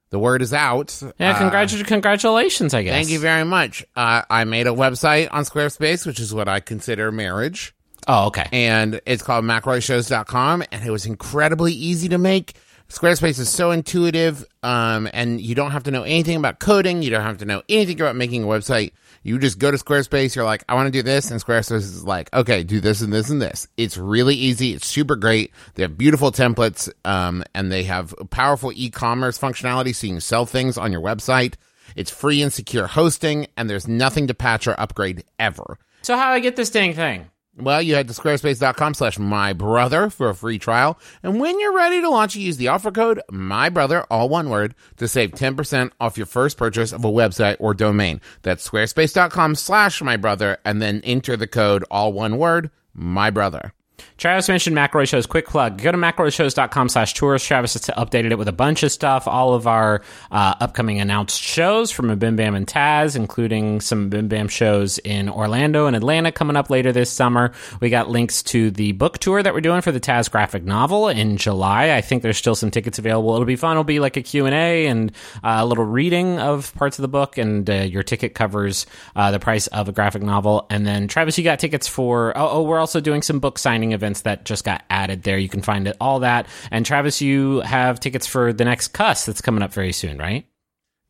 Speaker 4: the word is out.
Speaker 3: Yeah,
Speaker 4: Uh,
Speaker 3: congratu- congratulations, I guess.
Speaker 4: Thank you very much. Uh, I made a website on Squarespace, which is what I consider marriage,
Speaker 3: Oh, okay.
Speaker 4: and it's called macroyshows.com, and it was incredibly easy to make. Squarespace is so intuitive, um, and you don't have to know anything about coding. You don't have to know anything about making a website. You just go to Squarespace. You're like, I want to do this, and Squarespace is like, okay, do this and this and this. It's really easy. It's super great. They have beautiful templates, um, and they have powerful e-commerce functionality, so you can sell things on your website. It's free and secure hosting, and there's nothing to patch or upgrade ever.
Speaker 3: So, how do I get this dang thing?
Speaker 4: Well, you head to squarespace.com slash my brother for a free trial. And when you're ready to launch, you use the offer code my brother, all one word, to save 10% off your first purchase of a website or domain. That's squarespace.com slash my brother, and then enter the code, all one word, my brother.
Speaker 3: Travis mentioned McRoy Show's quick plug. Go to McRoyShows.com slash tours. Travis has updated it with a bunch of stuff. All of our uh, upcoming announced shows from Bim Bam and Taz, including some Bim Bam shows in Orlando and Atlanta coming up later this summer. We got links to the book tour that we're doing for the Taz graphic novel in July. I think there's still some tickets available. It'll be fun. It'll be like a Q&A and uh, a little reading of parts of the book, and uh, your ticket covers uh, the price of a graphic novel. And then, Travis, you got tickets for... Oh, oh, we're also doing some book signing events that just got added there. You can find it, all that. And, Travis, you have tickets for the next Cuss that's coming up very soon, right?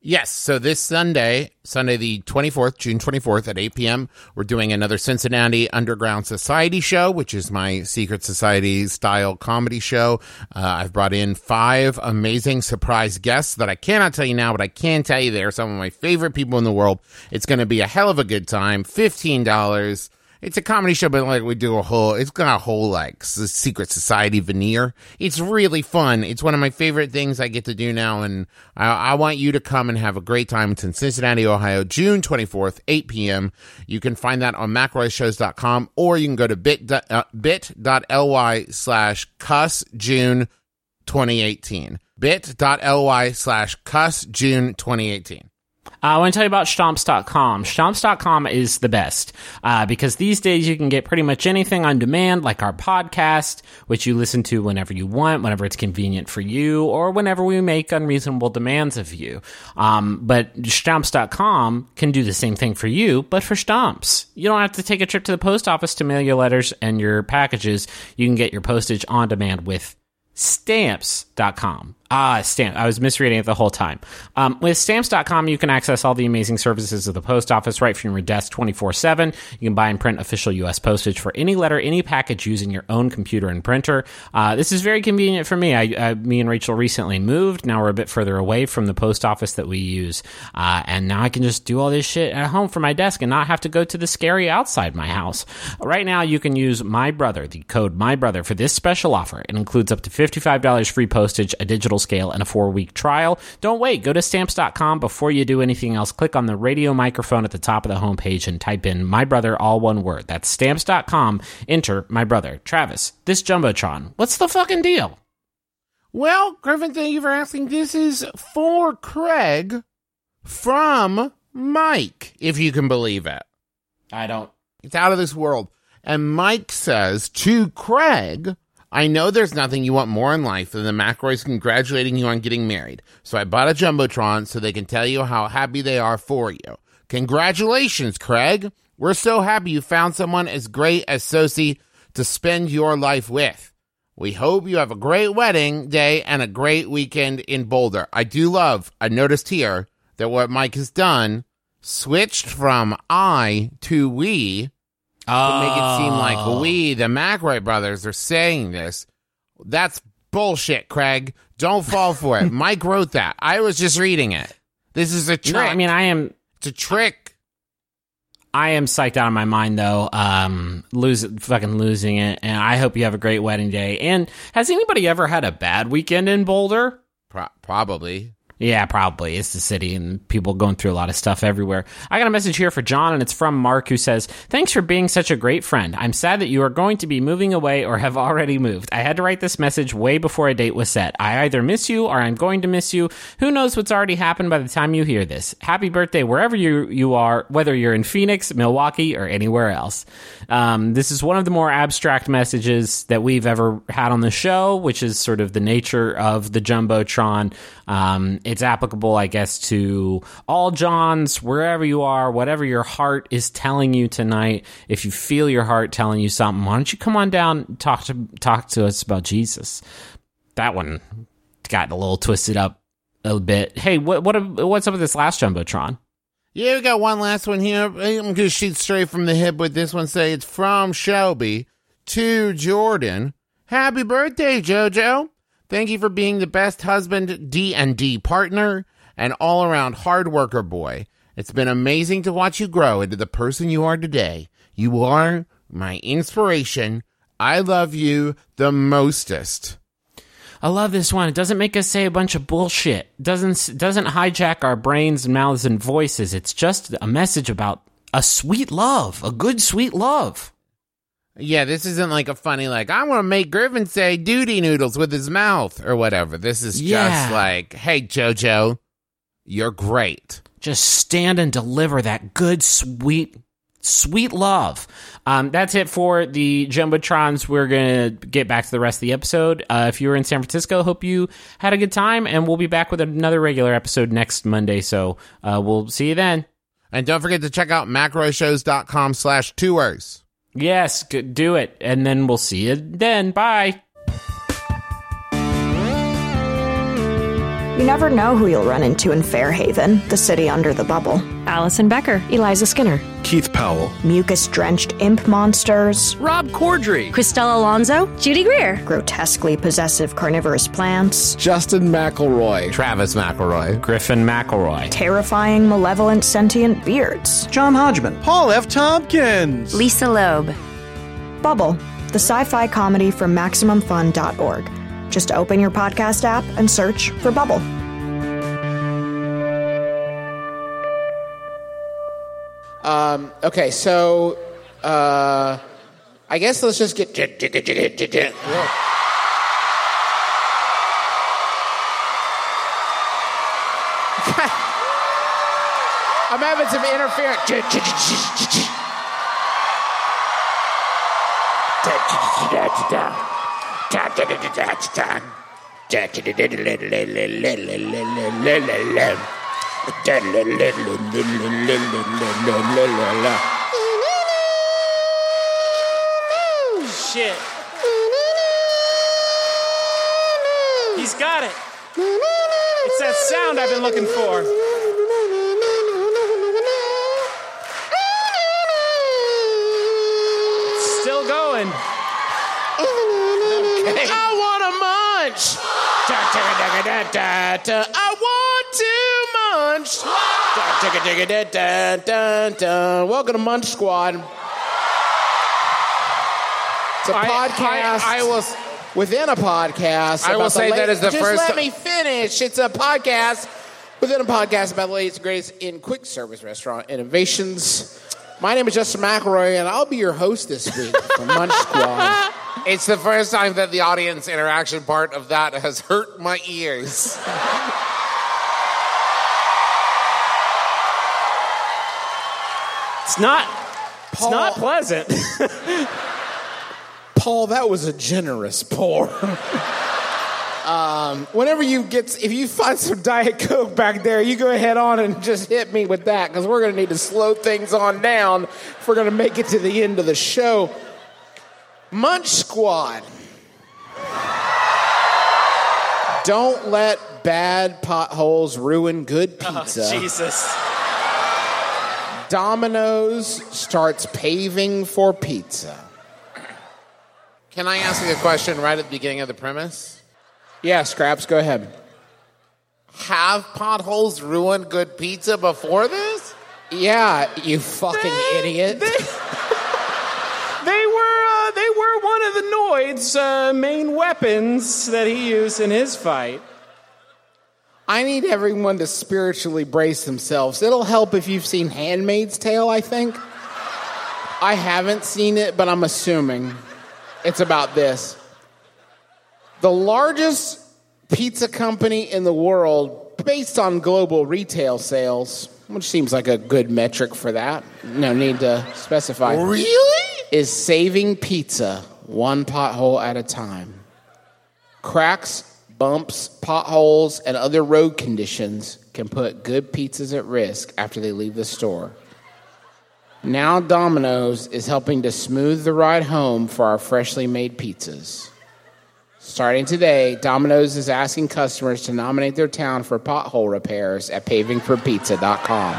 Speaker 2: Yes. So this Sunday, Sunday the 24th, June 24th at 8 p.m., we're doing another Cincinnati Underground Society show, which is my secret society style comedy show. Uh, I've brought in five amazing surprise guests that I cannot tell you now, but I can tell you they are some of my favorite people in the world. It's going to be a hell of a good time. $15 it's a comedy show, but like we do a whole, it's got a whole like s- secret society veneer. It's really fun. It's one of my favorite things I get to do now, and I, I want you to come and have a great time. It's in Cincinnati, Ohio, June 24th, 8 p.m. You can find that on macroyshows.com or you can go to bit, dot- uh, bit.ly slash cuss June 2018. bit.ly slash cuss June 2018.
Speaker 3: Uh, I want to tell you about Stomps.com. Stomps.com is the best uh, because these days you can get pretty much anything on demand, like our podcast, which you listen to whenever you want, whenever it's convenient for you, or whenever we make unreasonable demands of you. Um, but Stomps.com can do the same thing for you, but for Stomps. You don't have to take a trip to the post office to mail your letters and your packages. You can get your postage on demand with stamps.com ah stamp i was misreading it the whole time um, with stamps.com you can access all the amazing services of the post office right from your desk 24-7 you can buy and print official us postage for any letter any package using your own computer and printer uh, this is very convenient for me I, I, me and rachel recently moved now we're a bit further away from the post office that we use uh, and now i can just do all this shit at home from my desk and not have to go to the scary outside my house right now you can use my brother the code my brother for this special offer it includes up to $55 free postage a digital scale and a four-week trial don't wait go to stamps.com before you do anything else click on the radio microphone at the top of the homepage and type in my brother all one word that's stamps.com enter my brother travis this jumbotron what's the fucking deal
Speaker 2: Well, Griffin, thank you for asking. This is for Craig from Mike, if you can believe it.
Speaker 3: i don't
Speaker 2: It's out of this world. And Mike says to Craig, I know there's nothing you want more in life than the McRoys congratulating you on getting married. So I bought a Jumbotron so they can tell you how happy they are for you. Congratulations, Craig. We're so happy you found someone as great as Sosie to spend your life with. We hope you have a great wedding day and a great weekend in Boulder. I do love, I noticed here that what Mike has done switched from I to we to make it seem like
Speaker 3: Oh.
Speaker 2: we, the McRae brothers, are saying this. That's bullshit, Craig. Don't fall for it. Mike wrote that. I was just reading it. This is a trick.
Speaker 3: no i mean i am
Speaker 2: it's a trick.
Speaker 3: I am psyched out of my mind though. Um, lose fucking losing it, and I hope you have a great wedding day. And has anybody ever had a bad weekend in Boulder?
Speaker 2: Pro- probably.
Speaker 3: Yeah, probably. It's the city and people going through a lot of stuff everywhere. I got a message here for John, and it's from Mark, who says, Thanks for being such a great friend. I'm sad that you are going to be moving away or have already moved. I had to write this message way before a date was set. I either miss you or I'm going to miss you. Who knows what's already happened by the time you hear this? Happy birthday wherever you, you are, whether you're in Phoenix, Milwaukee, or anywhere else. Um, this is one of the more abstract messages that we've ever had on the show, which is sort of the nature of the Jumbotron. Um, it's applicable, I guess, to all Johns, wherever you are, whatever your heart is telling you tonight. If you feel your heart telling you something, why don't you come on down and talk to talk to us about Jesus? That one got a little twisted up a bit. Hey, what what what's up with this last jumbotron?
Speaker 2: Yeah, we got one last one here. I'm going to shoot straight from the hip with this one. Say it's from Shelby to Jordan. Happy birthday, JoJo. Thank you for being the best husband, D&D partner, and all-around hard worker boy. It's been amazing to watch you grow into the person you are today. You are my inspiration. I love you the mostest.
Speaker 3: I love this one. It doesn't make us say a bunch of bullshit. Doesn't doesn't hijack our brains, mouths, and voices. It's just a message about a sweet love, a good sweet love.
Speaker 4: Yeah, this isn't like a funny like I want to make Griffin say "duty noodles" with his mouth or whatever. This is
Speaker 5: Yeah.
Speaker 4: just like, "Hey JoJo, you're great."
Speaker 5: just stand and deliver that good, sweet, sweet love. Um, that's it for the Jumbotrons. We're going to get back to the rest of the episode. Uh, if you were in San Francisco, hope you had a good time, and we'll be back with another regular episode next Monday. So uh, we'll see you then.
Speaker 4: And don't forget to check out macroshows.com slash tours.
Speaker 5: Yes, g- do it. And then we'll see you then. Bye.
Speaker 6: You never know who you'll run into in Fairhaven, the city under the bubble.
Speaker 7: Allison Becker,
Speaker 6: Eliza Skinner,
Speaker 8: Keith Powell,
Speaker 6: mucus drenched imp monsters,
Speaker 8: Rob Cordry,
Speaker 7: Christelle Alonso, Judy Greer,
Speaker 6: grotesquely possessive carnivorous plants,
Speaker 8: Justin McElroy,
Speaker 4: Travis McElroy.
Speaker 5: Griffin McElroy.
Speaker 6: terrifying malevolent sentient beards.
Speaker 9: John Hodgman.
Speaker 8: Paul F. Tompkins,
Speaker 7: Lisa Loeb.
Speaker 6: Bubble, the sci fi comedy from MaximumFun.org. Just open your podcast app and search for Bubble.
Speaker 2: Um, okay, so uh, I guess let's just get. I'm having some interference.
Speaker 3: Shit. He's got it. It's that sound I've been looking for. It's Still going.
Speaker 2: I want to munch. Da, da, da, da, da, da, da. I want to munch. Da, da, da, da, da, da, da. Welcome to Munch Squad. It's a
Speaker 4: I-
Speaker 2: podcast.
Speaker 4: I- I will-
Speaker 2: within a podcast.
Speaker 4: I will
Speaker 2: about
Speaker 4: say
Speaker 2: late-
Speaker 4: that is the
Speaker 2: Just
Speaker 4: first-
Speaker 2: Let me finish. It's a podcast within a podcast about the latest and greatest in quick service restaurant innovations. My name is Justin McElroy, and I'll be your host this week for Munch Squad.
Speaker 4: It's the first time that the audience interaction part of that has hurt my ears.
Speaker 3: It's not. It's not
Speaker 2: Paul.
Speaker 3: pleasant.
Speaker 2: Paul, that was a generous pour. um, whenever you get, if you find some Diet Coke back there, you go ahead on and just hit me with that because we're going to need to slow things on down if we're going to make it to the end of the show. Munch Squad. Don't let bad potholes ruin good pizza.
Speaker 3: Jesus.
Speaker 2: Domino's starts paving for pizza.
Speaker 4: Can I ask you a question right at the beginning of the premise?
Speaker 2: Yeah, Scraps, go ahead.
Speaker 4: Have potholes ruined good pizza before this?
Speaker 2: Yeah, you fucking idiot.
Speaker 3: They were uh, they were one of the Noid's uh, main weapons that he used in his fight.
Speaker 2: I need everyone to spiritually brace themselves. It'll help if you've seen Handmaid's Tale, I think. I haven't seen it, but I'm assuming it's about this. The largest pizza company in the world, based on global retail sales, which seems like a good metric for that, no need to specify.
Speaker 4: Really?
Speaker 2: is saving pizza one pothole at a time. Cracks, bumps, potholes, and other road conditions can put good pizzas at risk after they leave the store. Now, Domino's is helping to smooth the ride home for our freshly made pizzas. Starting today, Domino's is asking customers to nominate their town for pothole repairs at pavingforpizza.com.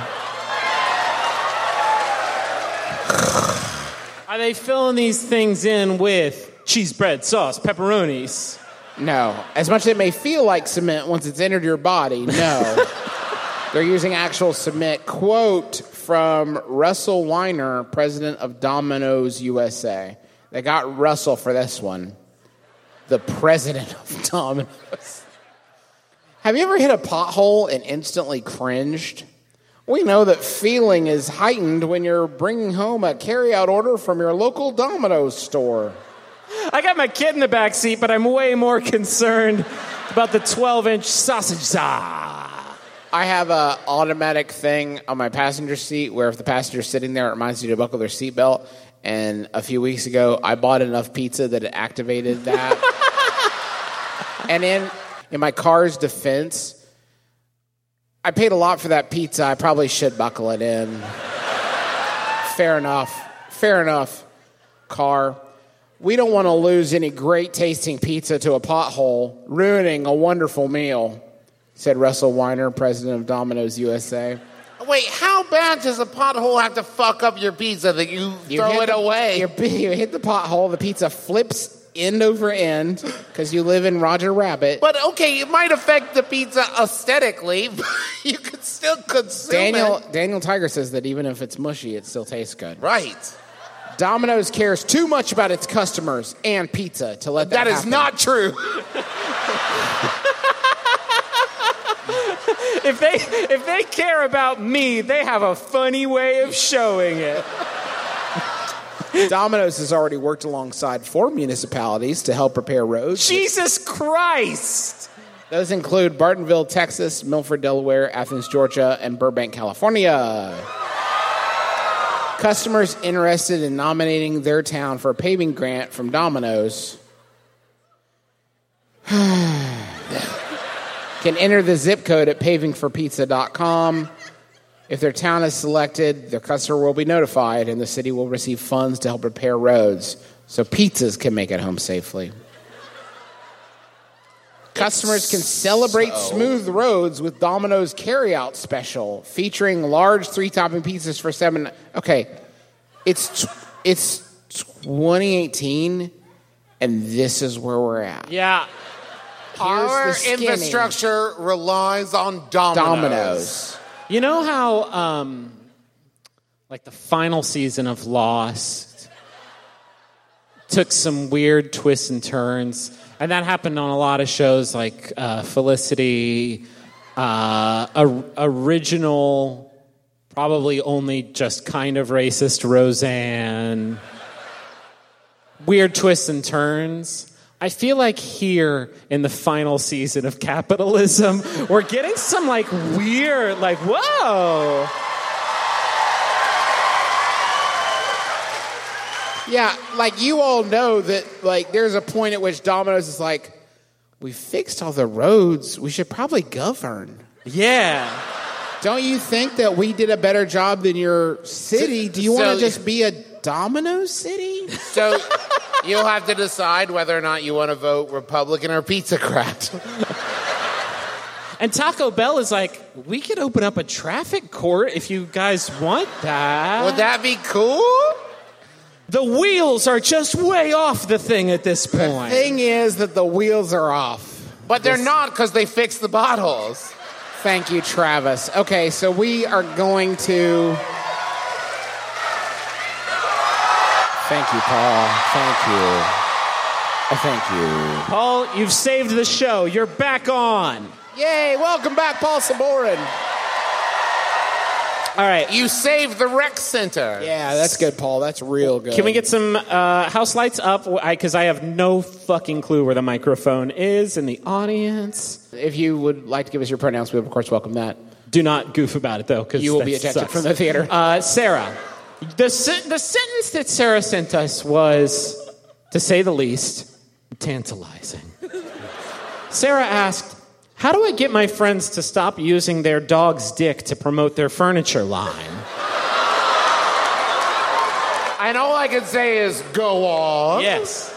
Speaker 3: Are they filling these things in with cheese, bread, sauce, pepperonis?
Speaker 2: No. As much as it may feel like cement once it's entered your body, no. They're using actual cement. Quote from Russell Weiner, president of Domino's USA. They got Russell for this one. The president of Domino's. Have you ever hit a pothole and instantly cringed? We know that feeling is heightened when you're bringing home a carryout order from your local Domino's store.
Speaker 3: I got my kid in the back seat, but I'm way more concerned about the 12 inch sausage za.
Speaker 2: I have a automatic thing on my passenger seat where if the passenger's sitting there, it reminds you to buckle their seatbelt. And a few weeks ago, I bought enough pizza that it activated that. and in in my car's defense, I paid a lot for that pizza. I probably should buckle it in. Fair enough. Fair enough. Car. We don't want to lose any great tasting pizza to a pothole, ruining a wonderful meal said Russell Weiner, president of Domino's USA.
Speaker 4: Wait, how bad does a pothole have to fuck up your pizza that you,
Speaker 2: You
Speaker 4: throw
Speaker 2: hit
Speaker 4: it
Speaker 2: the-
Speaker 4: away?
Speaker 2: You, you hit the pothole, the pizza flips end over end because you live in Roger Rabbit.
Speaker 4: But okay, it might affect the pizza aesthetically, but you could still consume
Speaker 2: Daniel
Speaker 4: it.
Speaker 2: Daniel Tiger says that even if it's mushy, it still tastes good.
Speaker 4: Right.
Speaker 2: Domino's cares too much about its customers and pizza to let that.
Speaker 4: That is
Speaker 2: happen.
Speaker 4: not true.
Speaker 3: If they, if they care about me, they have a funny way of showing it.
Speaker 2: Domino's has already worked alongside four municipalities to help repair roads.
Speaker 3: Jesus Christ!
Speaker 2: Those include Bartonville, Texas, Milford, Delaware, Athens, Georgia, and Burbank, California. Customers interested in nominating their town for a paving grant from Domino's can enter the zip code at pavingforpizza.com. If their town is selected, their customer will be notified and the city will receive funds to help repair roads so pizzas can make it home safely. Customers can celebrate smooth roads with Domino's carryout special featuring large three topping pizzas for seven. Okay, it's tw- it's 2018, and this is where we're at.
Speaker 3: Yeah.
Speaker 2: Here's the
Speaker 4: Our
Speaker 2: skinny.
Speaker 4: infrastructure relies on dominoes.
Speaker 2: Domino's.
Speaker 3: You know how, um, like, the final season of Lost took some weird twists and turns, and that happened on a lot of shows like uh, Felicity, uh, or- original, probably only just kind of racist Roseanne, weird twists and turns. I feel like here in the final season of capitalism, we're getting some like weird, like, whoa.
Speaker 2: Yeah, like you all know that like there's a point at which Domino's is like, we fixed all the roads. We should probably govern.
Speaker 3: Yeah.
Speaker 2: Don't you think that we did a better job than your city? Do you want
Speaker 4: so-
Speaker 2: to just be a Domino city?
Speaker 4: So you'll have to decide whether or not you want to vote Republican or Pizzacrat.
Speaker 3: And Taco Bell is like, we could open up a traffic court if you guys want that.
Speaker 4: Would that be cool?
Speaker 3: the wheels are just way off the thing at this point.
Speaker 2: Thing is that the wheels are off.
Speaker 4: But they're not because they fixed the potholes.
Speaker 2: Thank you, Travis. Okay, so we are going to. Thank you, Paul. Thank you. Uh, Thank
Speaker 3: Paul, you've saved the show. You're back on.
Speaker 2: you. Yay! Welcome back, Paul Saborin.
Speaker 3: All right.
Speaker 4: You saved the rec center.
Speaker 2: Yeah, that's good, Paul. That's real good.
Speaker 3: Can we get some uh, house lights up? Because I, have no fucking clue where the microphone is in the audience.
Speaker 2: If you would like to give us your pronouns, we would of course welcome that.
Speaker 3: Do not goof about it though, because
Speaker 2: You will be ejected from the theater.
Speaker 3: Uh, Sarah, the sen- the sentence that Sarah sent us was, to say the least, tantalizing. Sarah asked, "How do I get my friends to stop using their dog's dick to promote their furniture line?"
Speaker 4: And all I can say is
Speaker 2: Oh.
Speaker 4: go on.
Speaker 3: Yes.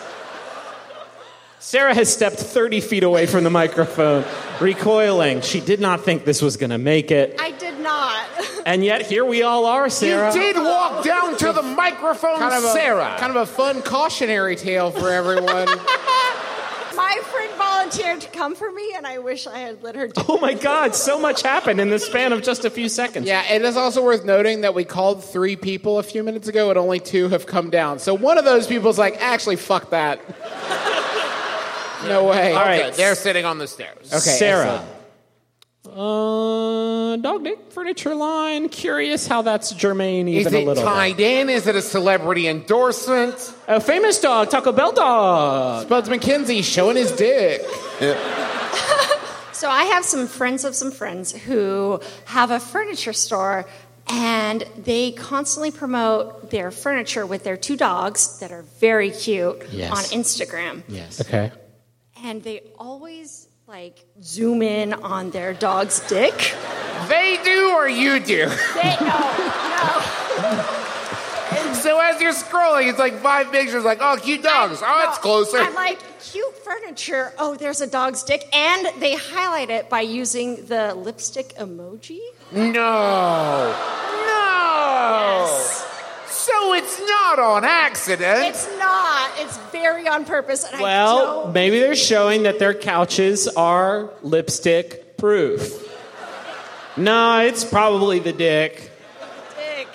Speaker 3: Sarah has stepped 30 feet away from the microphone, recoiling. She did not think this was going to make it.
Speaker 7: I did not.
Speaker 3: And yet, here we all are, Sarah.
Speaker 4: You did walk down to the microphone,
Speaker 2: Kind of a,
Speaker 4: Sarah.
Speaker 2: Kind of a fun cautionary tale for everyone.
Speaker 9: My friend volunteered to come for me, and I wish I had let her do
Speaker 3: Oh my God, so much happened in the span of just a few seconds.
Speaker 2: yeah, it is also worth noting that we called three people a few minutes ago, and only two have come down. So one of those people's like, actually, fuck that. no way.
Speaker 3: All
Speaker 4: Okay,
Speaker 3: right.
Speaker 4: they're sitting on the stairs.
Speaker 2: Okay,
Speaker 3: Sarah, uh, dog dick furniture line. Curious how that's germane
Speaker 4: Is
Speaker 3: even a
Speaker 4: it
Speaker 3: little. bit.
Speaker 4: tied in? Is it a celebrity endorsement?
Speaker 3: A famous dog, Taco Bell dog.
Speaker 4: Spuds McKenzie showing his dick.
Speaker 9: So I have some friends of some friends who have a furniture store and they constantly promote their furniture with their two dogs that are very cute
Speaker 5: Yes.
Speaker 9: on Instagram.
Speaker 5: Yes.
Speaker 3: Okay.
Speaker 9: And they always like zoom in on their dog's dick.
Speaker 4: They do or you do.
Speaker 9: They oh, no,
Speaker 4: So as you're scrolling, it's like five pictures, like, oh, cute dogs.
Speaker 9: no.
Speaker 4: Oh, it's
Speaker 9: No,
Speaker 4: closer.
Speaker 9: I'm like cute furniture. Oh, there's a dog's dick and they highlight it by using the lipstick emoji.
Speaker 4: No. No. So it's not on accident.
Speaker 9: It's not. It's very on purpose and I don't
Speaker 3: Well, maybe they're showing that their couches are lipstick proof. No, it's probably the dick.
Speaker 9: Dick.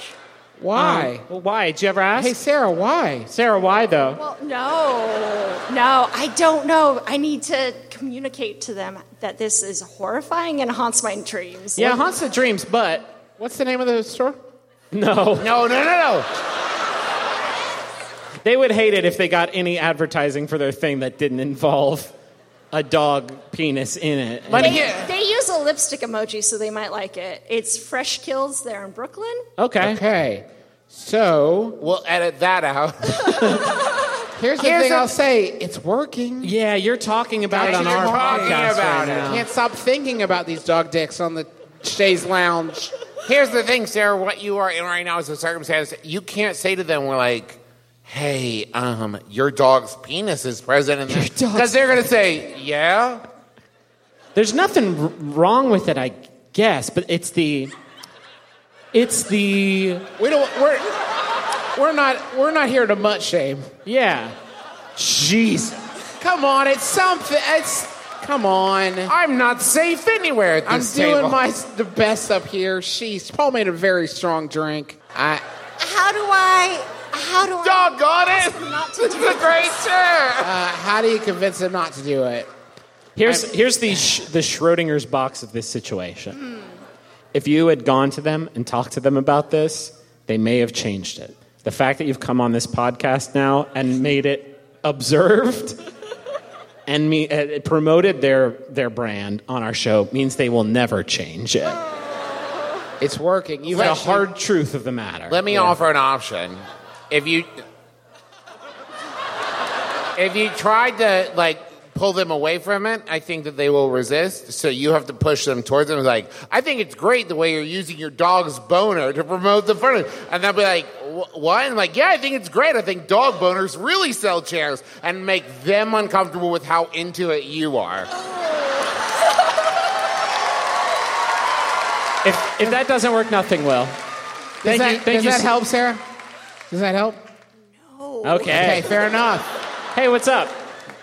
Speaker 3: Why? well, why? Did you ever ask? Hey, Sarah, why? Sarah, why though?
Speaker 9: Well, no, no, I don't know. I need to communicate to them that this is horrifying and haunts my dreams.
Speaker 3: Yeah, haunts the dreams, but
Speaker 4: What's the name of the store?
Speaker 3: no,
Speaker 4: No, no, no,
Speaker 3: they would hate it if they got any advertising for their thing that didn't involve a dog penis in it.
Speaker 4: no.
Speaker 9: They,
Speaker 4: Yeah.
Speaker 9: they use a lipstick emoji, so they might like it. It's Fresh Kills there in Brooklyn.
Speaker 3: okay.
Speaker 2: Okay. So
Speaker 4: We'll edit that out.
Speaker 2: here's the
Speaker 4: Here's
Speaker 2: thing
Speaker 4: a-
Speaker 2: i I'll say it's working.
Speaker 3: Yeah, you're talking about it on
Speaker 4: You're
Speaker 3: our
Speaker 4: talking
Speaker 3: podcast
Speaker 4: about
Speaker 3: right
Speaker 4: it.
Speaker 3: now.
Speaker 2: Can't stop thinking about these dog dicks on the Shays Lounge.
Speaker 4: Here's the thing, Sarah. What you are in right now is a circumstance you can't say to them. We're like, hey, um, your dog's penis is present in there
Speaker 3: dog's-
Speaker 4: because they're gonna say, yeah.
Speaker 3: There's nothing r- wrong with it, I guess, but it's the. It's the.
Speaker 2: We don't. We're we're not we're not here to much shame.
Speaker 3: Yeah. Jeez.
Speaker 2: Come on, it's something. It's come on.
Speaker 4: I'm not safe anywhere at
Speaker 2: I'm
Speaker 4: this
Speaker 2: doing
Speaker 4: table.
Speaker 2: my the best up here. She's Paul made a very strong drink. I
Speaker 9: How do I? How do I?
Speaker 4: doggone it.
Speaker 9: Not to
Speaker 4: This
Speaker 9: do
Speaker 4: is a great chair.
Speaker 2: uh, how do you convince him not to do it?
Speaker 3: Here's here's the sh- the Schrodinger's box of this situation. If you had gone to them and talked to them about this, they may have changed it. The fact that you've come on this podcast now and made it observed and me uh, promoted their their brand on our show means they will never change it.
Speaker 2: It's working. You've
Speaker 3: The
Speaker 2: had
Speaker 3: hard truth of the matter.
Speaker 4: Let me
Speaker 3: Yeah.
Speaker 4: offer an option. If you if you tried to like pull them away from it, I think that they will resist. So you have to push them towards them. Like, I think it's great the way you're using your dog's boner to promote the furniture. And they'll be like, "Wh- what? And I'm like, yeah, I think it's great. I think dog boners really sell chairs and make them uncomfortable with how into it you are.
Speaker 3: If, if that doesn't work, nothing will.
Speaker 2: Does
Speaker 3: Thank
Speaker 2: that,
Speaker 3: you. Thank
Speaker 2: does
Speaker 3: you.
Speaker 2: that
Speaker 3: so-
Speaker 2: help, Sarah? Does that help? Okay,
Speaker 3: Okay.
Speaker 2: fair enough.
Speaker 3: Hey, what's up?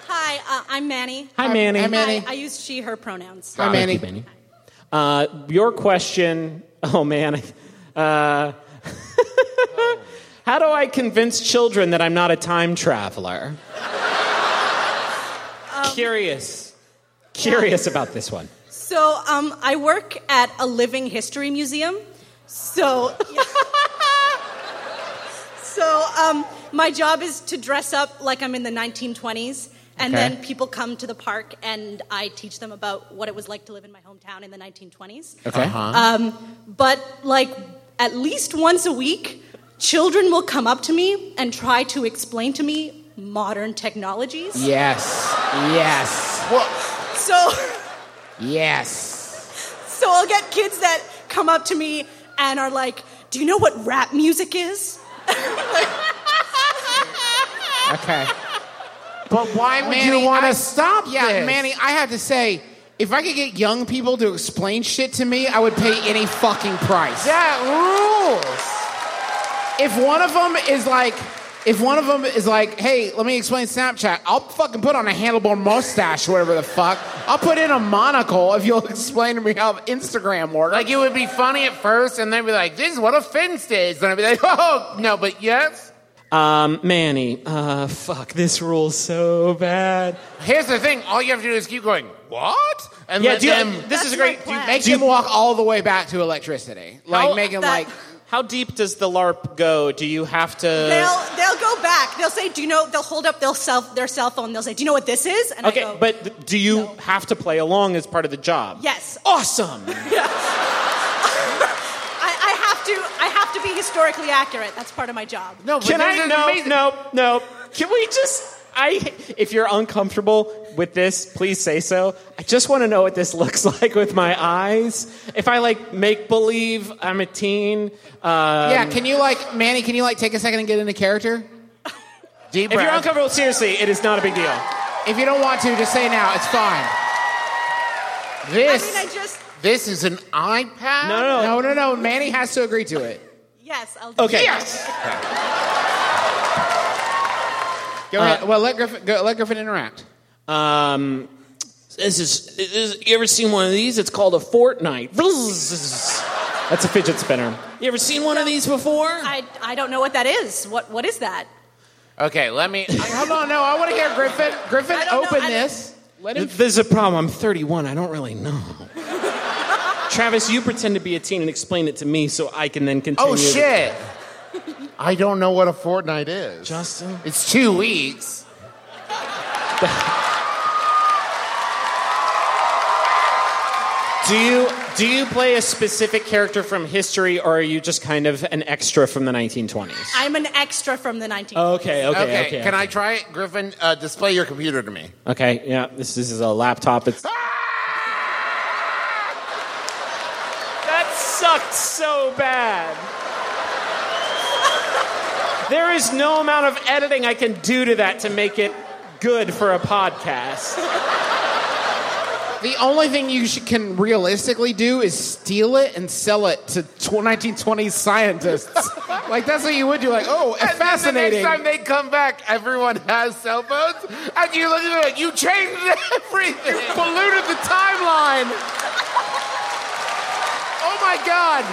Speaker 10: Hi, uh, I'm Manny.
Speaker 3: Hi, Manny.
Speaker 2: Hi, Manny.
Speaker 10: I use she, her pronouns.
Speaker 2: Hi,
Speaker 3: Thank
Speaker 2: Manny.
Speaker 3: you, Benny. Uh, your question, oh man. Uh, how do I convince children that I'm not a time traveler? Um, Curious. Curious about this one.
Speaker 10: So um, I work at a living history museum. So, so um, my job is to dress up like I'm in the 1920s, and
Speaker 3: Okay.
Speaker 10: then people come to the park, and I teach them about what it was like to live in my hometown in the 1920s.
Speaker 3: Okay.
Speaker 10: But like at least once a week, children will come up to me and try to explain to me modern technologies.
Speaker 2: Yes, yes,
Speaker 10: So.
Speaker 2: yes.
Speaker 10: So I'll get kids that come up to me and are like, "Do you know what rap music is?"
Speaker 2: Okay.
Speaker 4: But why
Speaker 2: Manny,
Speaker 4: would you want
Speaker 2: I-
Speaker 4: to stop
Speaker 2: Yeah,
Speaker 4: this?
Speaker 2: Manny, I have to say, if I could get young people to explain shit to me, I would pay any fucking price.
Speaker 4: That rules.
Speaker 2: if one of them is like, if one of them is like, hey, let me explain Snapchat, I'll fucking put on a handlebar mustache, whatever the fuck. I'll put in a monocle if you'll explain to me how Instagram works.
Speaker 4: Like it would be funny at first, and then be like, "This is what offense is," and I'd be like, "Oh no, but yes."
Speaker 3: Um, Manny, uh, fuck, this rules so bad.
Speaker 4: Here's the thing: all you have to do is keep going. What?
Speaker 2: And
Speaker 3: Yeah,
Speaker 2: let
Speaker 3: do you-
Speaker 2: them,
Speaker 3: this is a great- do you-
Speaker 2: make
Speaker 3: do you-
Speaker 2: them walk all the way back to electricity. Like
Speaker 3: How-
Speaker 2: make them
Speaker 3: that-
Speaker 2: like
Speaker 3: How deep does the LARP go? Do you have to?
Speaker 10: They'll they'll go back. They'll say, "Do you know?" They'll hold up their cell their cell phone. They'll say, "Do you know what this is?" And
Speaker 3: okay,
Speaker 10: I go,
Speaker 3: but th- do you have to play along as part of the job?
Speaker 10: "Yes."
Speaker 3: Awesome.
Speaker 10: I, I have to I have to be historically accurate. That's part of my job.
Speaker 2: No,
Speaker 3: Can I? No, no, no. Can we just? I. If you're uncomfortable with this, please say so. I just want to know what this looks like with my eyes. If I like make believe I'm a teen. Um,
Speaker 2: Yeah, can you like Manny, can you like take a second and get into character? Deep
Speaker 3: If you're
Speaker 2: breath.
Speaker 3: uncomfortable, seriously, it is not a big deal.
Speaker 2: If you don't want to, just say now. It's fine. This
Speaker 10: I mean, I just
Speaker 2: this is an iPad?
Speaker 10: No, no, no.
Speaker 2: No, no, no. Manny has to agree to it.
Speaker 10: yes. I'll do
Speaker 2: Okay.
Speaker 10: it.
Speaker 2: Yes. Go ahead. Well, let Griffin go, let Griffin interact.
Speaker 3: Um, this is, this is- You ever seen one of these? It's called a Fortnite. That's a fidget spinner. You ever seen one of these before?
Speaker 10: I, I don't know what that is. What what is that?
Speaker 2: Okay, let me Hold on, no, I want to hear Griffin. Griffin,
Speaker 10: don't know,
Speaker 2: open
Speaker 10: I don't-
Speaker 2: this. Let him
Speaker 3: There's a problem. I'm 31. I don't really know. Travis, you pretend to be a teen and explain it to me so I can then continue.
Speaker 2: Oh shit! I don't know what a fortnight is.
Speaker 3: Justin?
Speaker 2: It's two weeks.
Speaker 3: Do you do you play a specific character from history or are you just kind of an extra from the 1920s?
Speaker 10: I'm an extra from the 19th.
Speaker 3: Okay, okay, okay.
Speaker 2: Can I try it, Griffin? Uh, display your computer to me.
Speaker 3: Okay, yeah. This, this is a laptop. It's That sucked so bad. There is no amount of editing I can do to that to make it good for a podcast.
Speaker 2: The only thing you sh- can realistically do is steal it and sell it to tw- 1920s scientists. like that's what you would do. Like, oh, fascinating.
Speaker 4: next time
Speaker 2: they come back, everyone has cell phones, and you look at it. You changed everything. You polluted the timeline. oh my god.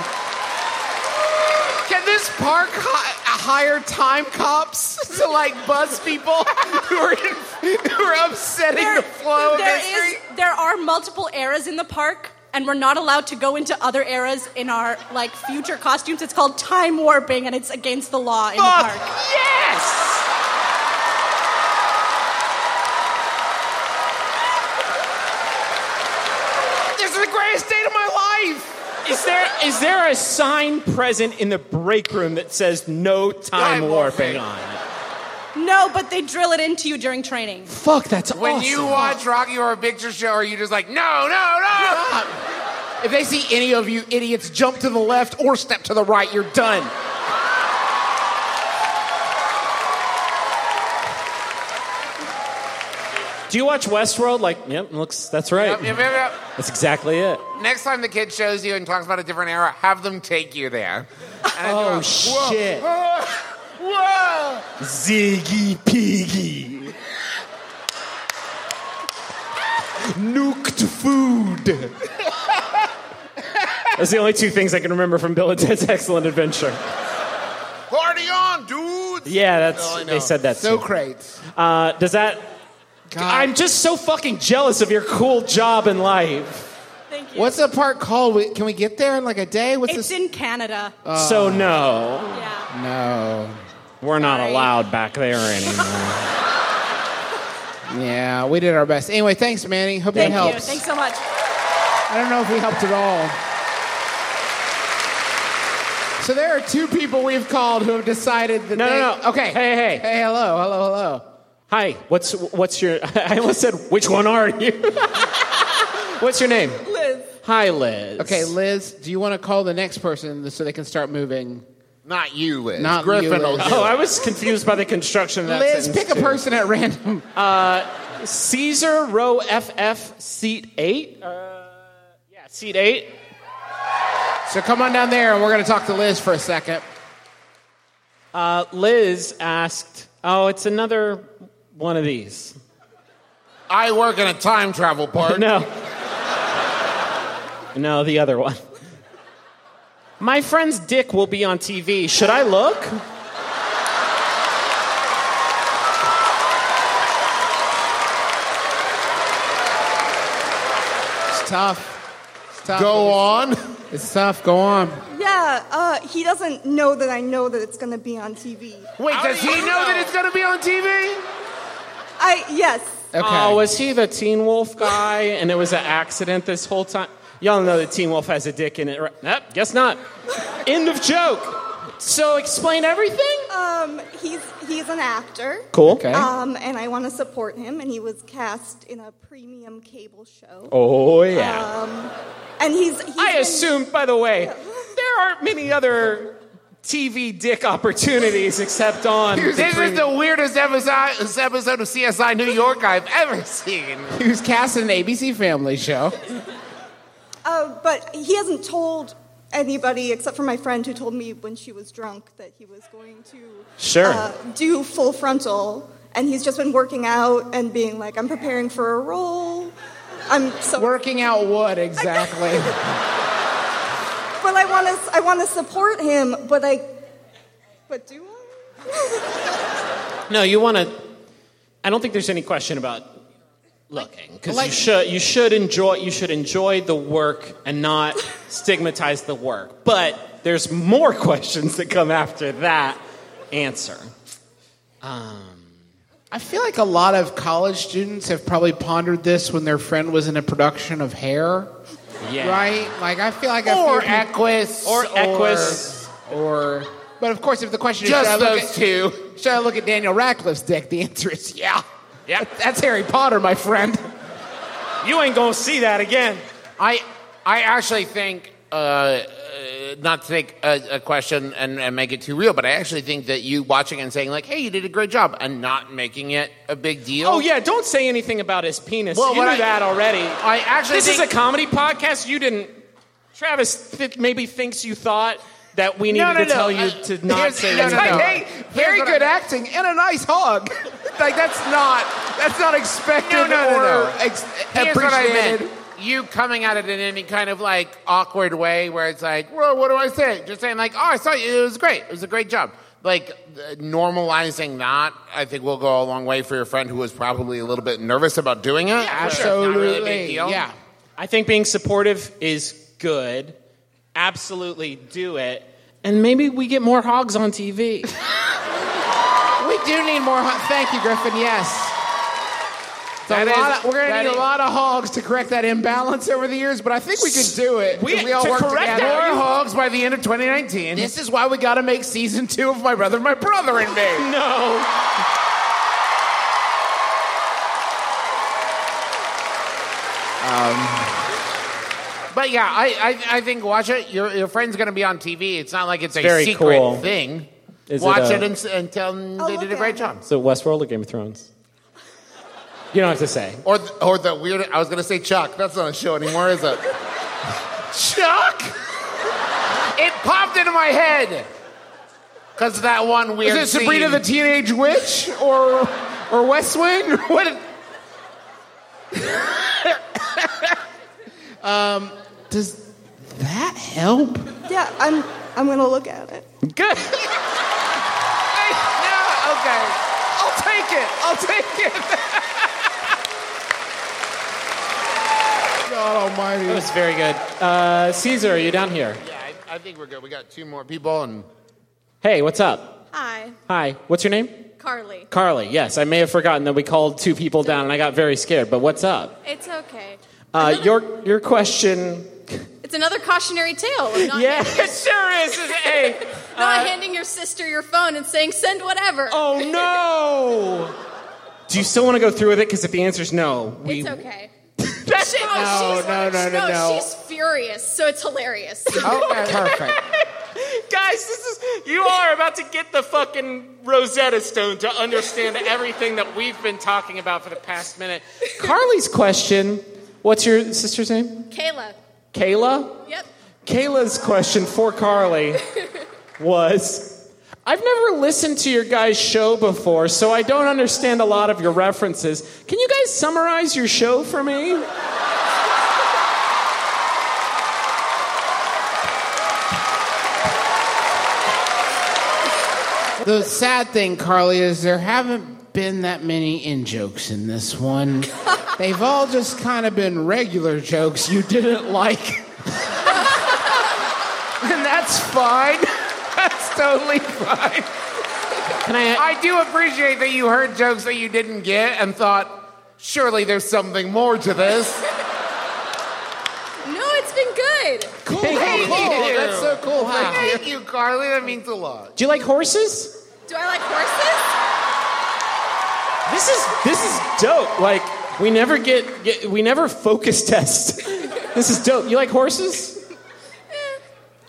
Speaker 2: Can this park hi- hire time cops to like buzz people who are in- who are upsetting the flow of
Speaker 10: there
Speaker 2: history?
Speaker 10: is- there are multiple eras in the park, and we're not allowed to go into other eras in our like future costumes. It's called time warping, and it's against the law in
Speaker 4: Fuck.
Speaker 10: the park.
Speaker 3: Yes!
Speaker 2: This is the greatest day of my life.
Speaker 3: Is there is there a sign present in the break room that says no time,
Speaker 2: Time
Speaker 3: warping
Speaker 2: warping.
Speaker 3: on it?
Speaker 10: No, but they drill it into you during training.
Speaker 3: Fuck, that's
Speaker 2: When
Speaker 3: awesome.
Speaker 2: you watch Rocky Horror Picture Show, are you just like, no, no, no? If they see any of you idiots jump to the left or step to the right, you're done.
Speaker 3: Do you watch Westworld? Like, yep, looks that's right.
Speaker 2: Yep, yep, yep,
Speaker 3: That's exactly it.
Speaker 2: yep. Next time the kid shows you and talks about a different era, have them take you there.
Speaker 3: Oh shit.
Speaker 2: Whoa!
Speaker 3: Ziggy Piggy. Nuked food. That's the only two things I can remember from Bill and Ted's Excellent Adventure.
Speaker 2: Party on, dudes!
Speaker 3: Yeah, that's
Speaker 2: Oh, I know.
Speaker 3: they said that.
Speaker 2: So
Speaker 3: too.
Speaker 2: crates.
Speaker 3: Uh, does that? I'm just so fucking jealous of your cool job in life.
Speaker 10: Thank you.
Speaker 2: What's the park called? We- Can we get there in like a day? What's
Speaker 10: it's
Speaker 2: this?
Speaker 10: in Canada.
Speaker 2: Uh.
Speaker 3: so no,
Speaker 10: yeah.
Speaker 2: no.
Speaker 3: we're not
Speaker 10: Sorry.
Speaker 3: allowed back there anymore.
Speaker 2: Yeah, we did our best. Anyway, thanks, Manny. Hope
Speaker 10: Thank
Speaker 2: that
Speaker 10: you.
Speaker 2: helps.
Speaker 10: Thanks so much.
Speaker 2: I don't know if we helped at all. So there are two people we've called who have decided that
Speaker 3: No,
Speaker 2: they...
Speaker 3: no, no.
Speaker 2: Okay.
Speaker 3: Hey, hey.
Speaker 2: Hey, hello, hello, hello.
Speaker 3: Hi, what's what's your? I almost said which one are you? what's your name?
Speaker 10: Liz.
Speaker 3: Hi, Liz.
Speaker 2: Okay, Liz, do you want to call the next person so they can start moving?
Speaker 4: Not you, Liz.
Speaker 2: Not
Speaker 4: Griffin.
Speaker 2: you,
Speaker 4: will
Speaker 2: Liz.
Speaker 4: do
Speaker 3: Oh,
Speaker 4: it.
Speaker 3: I was confused by the construction of that.
Speaker 2: Liz,
Speaker 3: sentence,
Speaker 2: pick a
Speaker 3: too.
Speaker 2: person at random.
Speaker 3: Caesar, row FF, seat eight. Uh, yeah, seat eight.
Speaker 2: So come on down there, and we're going to talk to Liz for a second.
Speaker 3: Uh, Liz asked, "Oh, it's another one of these."
Speaker 2: I work in a time travel park.
Speaker 3: No. No, the other one. My friend's dick will be on TV. Should I look?
Speaker 2: It's tough. It's tough.
Speaker 4: Go on.
Speaker 2: It's tough. Go on.
Speaker 11: Yeah, uh, he doesn't know that I know that it's gonna be on TV.
Speaker 4: Wait, does he know that it's going to be on TV?
Speaker 11: I yes.
Speaker 3: Oh, was he the Teen Wolf guy? And it was an accident this whole time. Y'all know that Teen Wolf has a dick in it, right? Nope, guess not. End of joke. So explain everything.
Speaker 11: Um, he's he's an actor.
Speaker 3: Cool. Okay.
Speaker 11: Um, and I want to support him, and he was cast in a premium cable show.
Speaker 3: Oh yeah.
Speaker 11: Um, and he's. he's
Speaker 3: I
Speaker 11: been-
Speaker 3: assume, by the way, there aren't many other TV dick opportunities except on.
Speaker 4: This
Speaker 3: the
Speaker 4: is the weirdest episode, episode of CSI New York I've ever seen.
Speaker 2: He was cast in an ABC Family show.
Speaker 11: Uh, but he hasn't told anybody except for my friend who told me when she was drunk that he was going to
Speaker 3: Sure.
Speaker 11: uh, do full frontal. And he's just been working out and being like, I'm preparing for a role. I'm so
Speaker 2: working out what exactly?
Speaker 11: but I want to I want to support him, but I but do I?
Speaker 3: No, you want to. I don't think there's any question about looking because you should you should enjoy you should enjoy the work and not stigmatize the work. But there's more questions that come after that answer. Um,
Speaker 2: I feel like a lot of college students have probably pondered this when their friend was in a production of Hair.
Speaker 4: Yeah.
Speaker 2: Right? Like, I feel like
Speaker 4: Or
Speaker 2: a few people-
Speaker 4: Equus,
Speaker 2: Or
Speaker 4: or-
Speaker 2: Equus. Or, But of course, if the question is
Speaker 4: Just
Speaker 2: should I look
Speaker 4: those
Speaker 2: at,
Speaker 4: two.
Speaker 2: Should I look at Daniel Radcliffe's dick? The answer is yeah.
Speaker 4: Yeah.
Speaker 2: That's Harry Potter, my friend.
Speaker 3: You ain't gonna see that again.
Speaker 4: I I actually think uh, uh, not to take a, a question and, and make it too real, but I actually think that you watching and saying like, "Hey, you did a great job," and not making it a big deal.
Speaker 3: oh yeah, don't say anything about his penis.
Speaker 4: Well,
Speaker 3: you
Speaker 4: what
Speaker 3: knew
Speaker 4: I-
Speaker 3: that already.
Speaker 4: I actually
Speaker 3: this is
Speaker 4: think-
Speaker 3: a comedy podcast. You didn't. Travis th- maybe thinks you thought that we needed
Speaker 2: No, no,
Speaker 3: to
Speaker 2: no.
Speaker 3: tell you
Speaker 2: Uh,
Speaker 3: to not
Speaker 2: here's-
Speaker 3: say
Speaker 2: no,
Speaker 3: anything.
Speaker 2: no, no. Hey, very good acting and a nice hug. like that's not that's not expected
Speaker 4: No, no, no,
Speaker 2: or
Speaker 4: no.
Speaker 2: Ex-
Speaker 4: Here's what I
Speaker 2: appreciated.
Speaker 4: meant. You coming at it in any kind of like awkward way where it's like, well, what do I say? Just saying like, oh, I saw you. It was great. It was a great job. Like uh, normalizing that, I think will go a long way for your friend who was probably a little bit nervous about doing it. It's not really a big deal.
Speaker 3: I think being supportive is good. Absolutely do it. And maybe we get more hogs on TV.
Speaker 2: We do need more. Ho- Thank you, Griffin. Yes. It's a
Speaker 3: That is-
Speaker 2: lot of- we're gonna
Speaker 3: that
Speaker 2: need
Speaker 3: is-
Speaker 2: a lot of hogs to correct that imbalance over the years, but I think we could do it.
Speaker 4: We-
Speaker 2: if we all
Speaker 4: to
Speaker 2: work
Speaker 4: correct
Speaker 2: together.
Speaker 4: that, you-
Speaker 2: hogs by the end of 2019. This is why we got to make season two of My Brother, My Brother and Me.
Speaker 3: no.
Speaker 4: Um, But yeah, I, I, I think watch it. Your, your friend's going to be on TV. It's not like it's,
Speaker 3: It's
Speaker 4: a
Speaker 3: very
Speaker 4: secret
Speaker 3: cool.
Speaker 4: thing.
Speaker 3: Is it
Speaker 4: watch
Speaker 3: a-
Speaker 4: it, and, s- and tell them they did a great job.
Speaker 3: So Westworld or Game of Thrones? You don't have to say.
Speaker 4: Or th- or the weird. I was gonna say Chuck. That's not a show anymore, is it? Chuck. It popped into my head because that one
Speaker 2: Is
Speaker 4: weird.
Speaker 2: it Sabrina
Speaker 4: scene.
Speaker 2: the Teenage Witch or or West Wing? Or What? um, does that help?
Speaker 11: Yeah, I'm I'm gonna look at it.
Speaker 3: Good.
Speaker 2: Yeah, okay. I'll take it. I'll take it.
Speaker 4: Oh,
Speaker 2: God almighty.
Speaker 3: That was very good. Uh, Caesar, are you down here?
Speaker 4: Yeah, I, I think we're good. We got two more people, and
Speaker 3: Hey, what's up?
Speaker 10: Hi,
Speaker 3: Hi. What's your name?
Speaker 10: Carly.
Speaker 3: Carly. Yes, I may have forgotten that we called two people down, and I got very scared. But what's up?
Speaker 10: It's okay.
Speaker 3: Uh, your your question.
Speaker 10: It's another cautionary tale. of not
Speaker 3: Yeah, it sure is. Hey.
Speaker 10: Not
Speaker 3: uh,
Speaker 10: handing your sister your phone and saying, send whatever.
Speaker 3: Oh no! Do you still want to go through with it? Because if the answer's no, we.
Speaker 10: It's okay.
Speaker 3: That's-
Speaker 10: She- oh, she's,
Speaker 2: No, no, no, no, no.
Speaker 10: she's furious, so it's hilarious.
Speaker 2: Okay, perfect.
Speaker 3: Guys, this is you are about to get the fucking Rosetta Stone to understand everything that we've been talking about for the past minute. Carly's question. What's your sister's name?
Speaker 10: Kayla.
Speaker 3: Kayla.
Speaker 10: Yep.
Speaker 3: Kayla's question for Carly was I've never listened to your guys' show before, so I don't understand a lot of your references. Can you guys summarize your show for me?
Speaker 2: The sad thing, Carly, is there haven't been that many in jokes in this one. They've all just kind of been regular jokes you didn't like. and that's fine. That's totally fine.
Speaker 4: Can I? I do appreciate that you heard jokes that you didn't get and thought, surely there's something more to this.
Speaker 1: No, it's been good. Cool,
Speaker 4: Thank you.
Speaker 1: That's so
Speaker 2: cool.
Speaker 1: Thank
Speaker 4: Thank, you. Carly. That means a lot.
Speaker 3: Do you like horses?
Speaker 1: Do I like horses?
Speaker 3: This is this is dope. Like we never get, get we never focus test. This is dope. You like horses?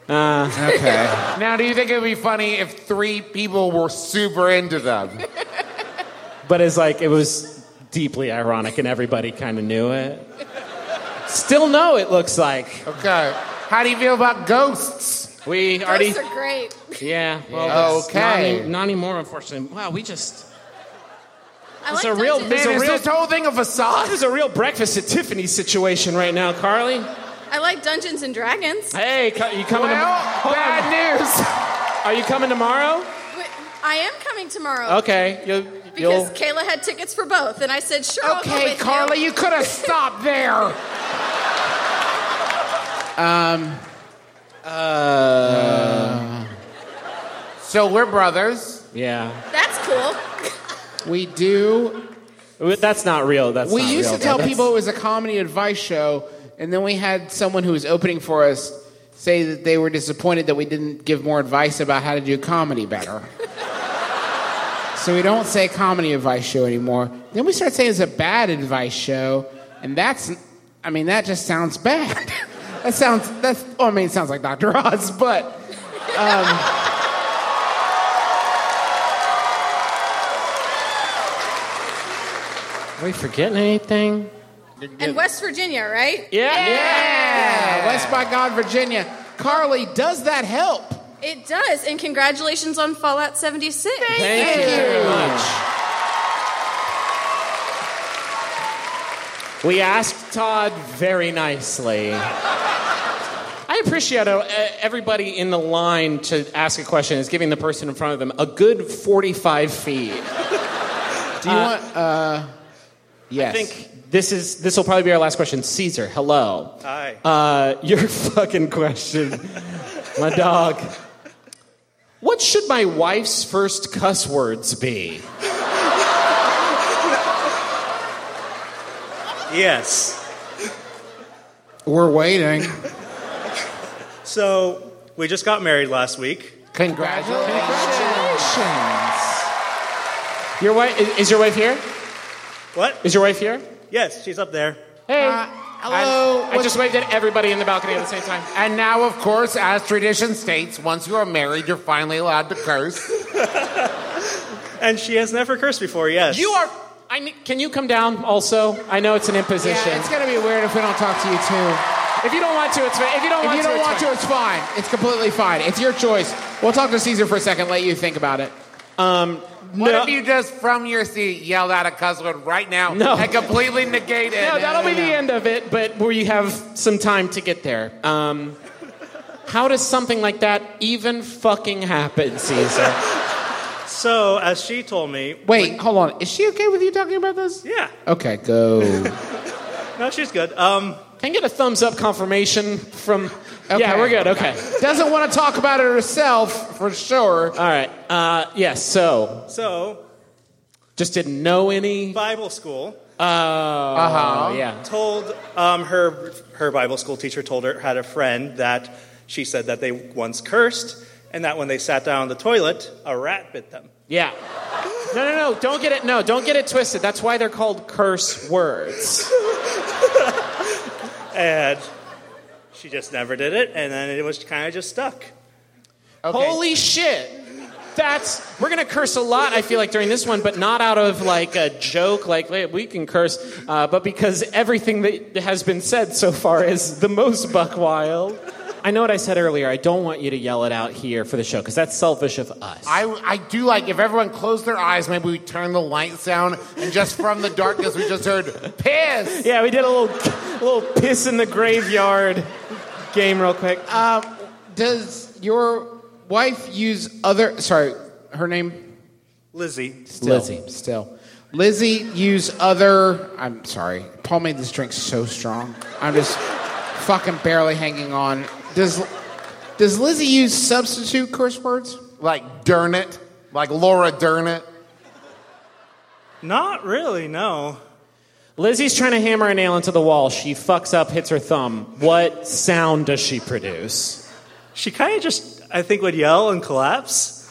Speaker 3: Uh,
Speaker 4: now, do you think it would be funny if three people were super into them?
Speaker 3: but it's like it was deeply ironic and everybody kind of knew it still know it looks like
Speaker 4: okay how do you feel about ghosts
Speaker 3: we already
Speaker 1: Ghosts are great.
Speaker 3: yeah well
Speaker 4: Yes.
Speaker 3: that's not any-
Speaker 4: Okay.
Speaker 3: not, anymore unfortunately wow we just
Speaker 1: I
Speaker 3: it's
Speaker 1: like
Speaker 3: a real
Speaker 1: dungeons.
Speaker 3: it's a real
Speaker 4: whole thing a facade
Speaker 3: this is a real breakfast at tiffany's situation right now carly
Speaker 1: I like Dungeons and Dragons.
Speaker 3: hey co- you coming
Speaker 1: Well,
Speaker 3: tomorrow
Speaker 4: bad news
Speaker 3: are you coming tomorrow
Speaker 1: Wait, I am coming tomorrow.
Speaker 3: okay you'll,
Speaker 1: Because
Speaker 3: you'll
Speaker 1: Kayla had tickets for both, and I said, "Sure." I'll go
Speaker 4: Okay,
Speaker 1: with
Speaker 4: Carly, you could have stopped there. um uh, so we're brothers
Speaker 3: yeah
Speaker 1: That's cool.
Speaker 2: We do
Speaker 3: that's not real that's
Speaker 2: we
Speaker 3: not
Speaker 2: used
Speaker 3: real,
Speaker 2: to tell
Speaker 3: though.
Speaker 2: people it was a comedy advice show, and then we had someone who was opening for us say that they were disappointed that we didn't give more advice about how to do comedy better. so we don't say comedy advice show anymore. Then we start saying it's a bad advice show, and that's, I mean, that just sounds bad. that sounds, that's, oh, I mean, it sounds like Dr. Oz, but. Um,
Speaker 3: are we forgetting anything
Speaker 1: And West Virginia, right?
Speaker 3: Yeah.
Speaker 2: Yeah. West by God, Virginia. Carly, does that help?
Speaker 1: It does. And congratulations on Fallout 76. Thank,
Speaker 3: you very much. We asked Todd very nicely. I appreciate how uh, everybody in the line to ask a question is giving the person in front of them a good 45 feet.
Speaker 2: Do you want? Uh, yes.
Speaker 3: I think this is this will probably be our last question. Caesar, hello. Hi. Uh, your fucking question, my dog. What should my wife's first cuss words be?
Speaker 12: Yes.
Speaker 2: We're waiting.
Speaker 12: So we just got married last week.
Speaker 2: Congratulations.
Speaker 3: Your wife is, is your wife here?
Speaker 12: What
Speaker 3: is your wife here?
Speaker 12: Yes, she's up there.
Speaker 3: Hey.
Speaker 2: Uh,
Speaker 4: hello.
Speaker 3: I, I just waved at everybody in the balcony at the same time.
Speaker 4: and now of course as tradition states once you are married you're finally allowed to curse
Speaker 12: And she has never cursed before, yes.
Speaker 3: You are. I need, can you come down also? I know it's an imposition.
Speaker 2: Yeah, it's gonna be weird if we don't talk to you too.
Speaker 3: If you don't want to, it's fine. If you don't want
Speaker 2: if you
Speaker 3: to,
Speaker 2: don't
Speaker 3: it's
Speaker 2: want
Speaker 3: fine.
Speaker 2: to, it's fine. It's completely fine. It's your choice. We'll talk to Caesar for a second. Let you think about it.
Speaker 3: Um,
Speaker 4: what if you just from your seat yelled out a cuss word right now
Speaker 3: No.
Speaker 4: and completely negate it
Speaker 3: No, that'll be the end of it, but we have some time to get there. Um, how does something like that even fucking happen, Caesar?
Speaker 12: So, as she told me,
Speaker 2: Wait, hold on. Is she okay with you talking about this?
Speaker 12: Yeah.
Speaker 2: Okay, go.
Speaker 12: No, she's good. Um,
Speaker 3: Can I get a thumbs up confirmation from? Yeah, we're good. Okay.
Speaker 2: Doesn't want to talk about it herself for sure. All
Speaker 3: right. Uh, yes. so
Speaker 12: so
Speaker 3: just didn't know any.
Speaker 12: Bible school.
Speaker 3: Uh huh. Yeah.
Speaker 12: Told um, her her Bible school teacher told her had a friend that she said that they once cursed and that when they sat down on the toilet, a rat bit them.
Speaker 3: Yeah. No, no, no. Don't get it. No, don't get it twisted. That's why they're called curse words.
Speaker 12: And she just never did it, and then it was kind of just stuck.
Speaker 3: Holy shit. That's we're gonna curse a lot. I feel like during this one, but not out of like a joke. Like wait, we can curse, uh, but because everything that has been said so far is the most buck wild. I know what I said earlier. I don't want you to yell it out here for the show because that's selfish of us.
Speaker 4: I, I do like if everyone closed their eyes, maybe we turn the lights down, and just from the darkness, we just heard piss.
Speaker 3: Yeah, we did a little a little piss in the graveyard game real quick.
Speaker 2: Um, does your wife use other? Sorry, her name
Speaker 12: Lizzie.
Speaker 2: Still,
Speaker 3: Lizzie.
Speaker 2: Still. Lizzie, use other. I'm sorry. Paul made this drink so strong. I'm just fucking barely hanging on. Does does Lizzie use substitute curse words?
Speaker 4: Like darn it. Like Laura darn it.
Speaker 12: Not really, no.
Speaker 3: Lizzie's trying to hammer a nail into the wall. She fucks up, hits her thumb. What sound does she produce?
Speaker 12: She kind of just, I think, would yell and collapse.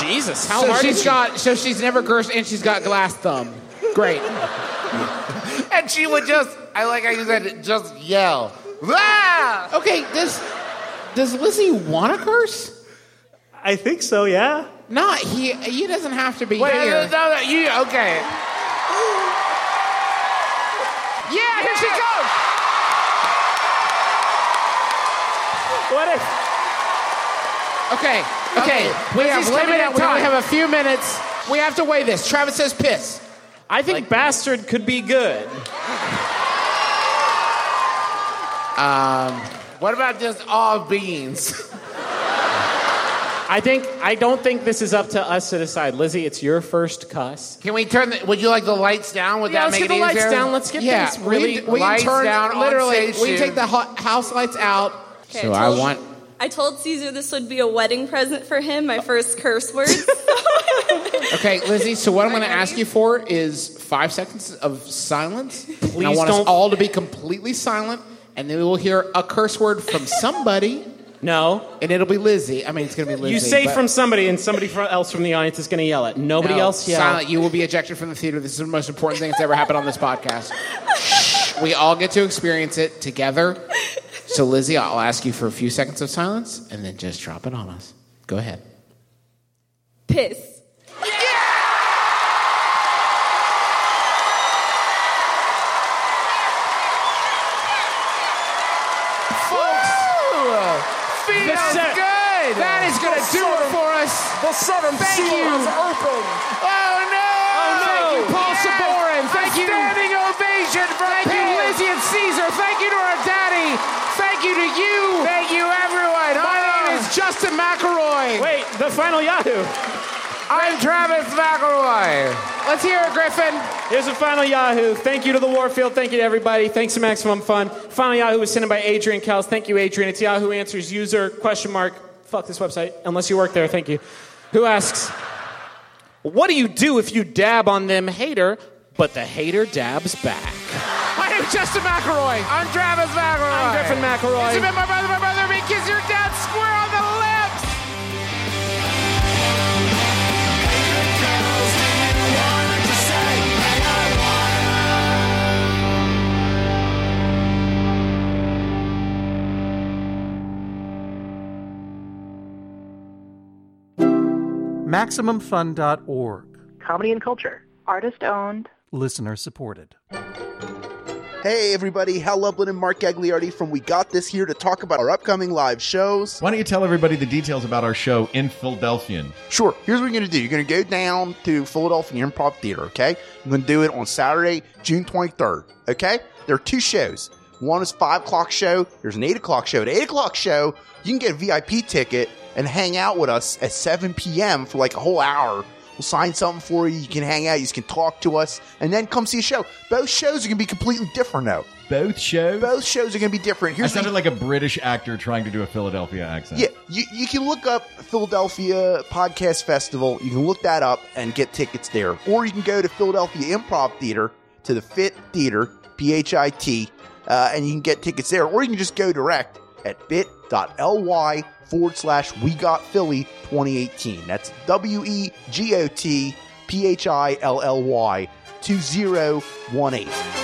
Speaker 3: Jesus,
Speaker 12: how
Speaker 2: so
Speaker 12: hard
Speaker 2: she's
Speaker 12: did you-
Speaker 2: got. So she's never cursed, and she's got glass thumb. Great.
Speaker 4: And she would just, I like how you said it, just yell. Ah!
Speaker 2: Okay, this. Does Lizzie want to curse?
Speaker 12: I think so. Yeah.
Speaker 2: Not he. He doesn't have to be
Speaker 4: Wait,
Speaker 2: here.
Speaker 4: no, no, no, you okay?
Speaker 2: Yeah, here she goes.
Speaker 3: What if?
Speaker 2: Okay, okay. We
Speaker 4: Lizzie's
Speaker 2: have
Speaker 4: coming
Speaker 2: limited.
Speaker 4: in
Speaker 2: We only
Speaker 4: time.
Speaker 2: have a few minutes. We have to weigh this. Travis says piss.
Speaker 3: I think bastard could be good.
Speaker 4: Um, what about just all beans?
Speaker 3: I think I don't think this is up to us to decide. Lizzie, it's your first cuss.
Speaker 4: Can we turn? The, would you like the lights down? Would
Speaker 3: Yeah,
Speaker 4: that
Speaker 3: let's
Speaker 4: make
Speaker 3: get
Speaker 4: it
Speaker 3: the lights
Speaker 4: easier?
Speaker 3: down. Let's get
Speaker 2: Yeah,
Speaker 3: things
Speaker 2: we
Speaker 3: really
Speaker 2: can- we can
Speaker 4: lights
Speaker 2: turn
Speaker 4: down on
Speaker 2: literally.
Speaker 4: stage
Speaker 2: We can
Speaker 4: soon.
Speaker 2: take the ho- house lights out.
Speaker 11: Okay,
Speaker 2: so
Speaker 11: I
Speaker 2: I
Speaker 11: told-
Speaker 2: want.
Speaker 11: I told Caesar this would be a wedding present for him, my first curse word.
Speaker 2: Okay, Lizzie. So what I'm going to ask you for is five seconds of silence. and I
Speaker 3: Please
Speaker 2: want us
Speaker 3: don't-
Speaker 2: all to be completely silent, and then we will hear a curse word from somebody.
Speaker 3: No.
Speaker 2: And it'll be Lizzie. I mean, it's going to be Lizzie.
Speaker 3: you say
Speaker 2: but-
Speaker 3: from somebody, and somebody fro- else from the audience is going to yell it. Nobody
Speaker 2: No,
Speaker 3: else yell.
Speaker 2: Oh, Silent. You will be ejected from the theater. This is the most important thing that's ever happened on this podcast. Shh. We all get to experience it together. So, Lizzie, I'll ask you for a few seconds of silence and then just drop it on us. Go ahead.
Speaker 11: Piss.
Speaker 2: Folks,
Speaker 1: feels good.
Speaker 2: That is going to do it for us.
Speaker 1: The southern
Speaker 2: Thank
Speaker 1: seal
Speaker 2: you.
Speaker 1: has opened.
Speaker 2: Oh no! Thank you, Paul Saborin. Thank you. Standing ovation for Thank you, Lizzie and Caesar. Thank you to our daddy. Thank you to you. Thank you, everyone. Oh. My name is Justin McElroy.
Speaker 3: Wait, the final Yahoo.
Speaker 4: I'm Travis McElroy.
Speaker 2: Let's hear it, Griffin.
Speaker 3: Here's a final Yahoo. Thank you to the Warfield. Thank you to everybody. Thanks to Maximum Fun. Final Yahoo was sent in by Adrian Kels. Thank you, Adrian. It's Yahoo Answers user question mark. Fuck this website. Unless you work there, thank you. Who asks, What do you do if you dab on them hater, but the hater dabs back?
Speaker 2: My name is Justin McElroy. I'm Travis McElroy.
Speaker 3: I'm Griffin McElroy.
Speaker 2: This has been my brother, my brother, me. Kiss your dad square on the lips.
Speaker 13: MaximumFun.org.
Speaker 14: Comedy and culture. Artist owned.
Speaker 13: Listener supported.
Speaker 15: Hey everybody, Hal Lublin and Mark Gagliardi from We Got This here to talk about our upcoming live shows.
Speaker 16: Why don't you tell everybody the details about our show in Philadelphian?
Speaker 15: Sure, here's what you're going to do. You're going to go down to Philadelphia Improv Theater, okay? You're going to do it on Saturday, June 23rd, okay? There are two shows. One is 5 o'clock show. There's an 8 o'clock show. The 8 o'clock show, you can get a VIP ticket and hang out with us at 7 p.m. for like a whole hour. We'll sign something for you. You can hang out. You can talk to us. And then come see a show. Both shows are going to be completely different, though.
Speaker 16: Both shows?
Speaker 15: Both shows are going to be different.
Speaker 16: I
Speaker 15: Here's the-
Speaker 16: sounded like a British actor trying to do a Philadelphia accent.
Speaker 15: yeah, you, you can look up Philadelphia Podcast Festival. You can look that up and get tickets there. Or you can go to Philadelphia Improv Theater, to the FIT Theater, P H I T, uh, and you can get tickets there. Or you can just go direct at bit.ly forward slash We Got Philly 2018. That's W E G O T P H I L L Y 2018.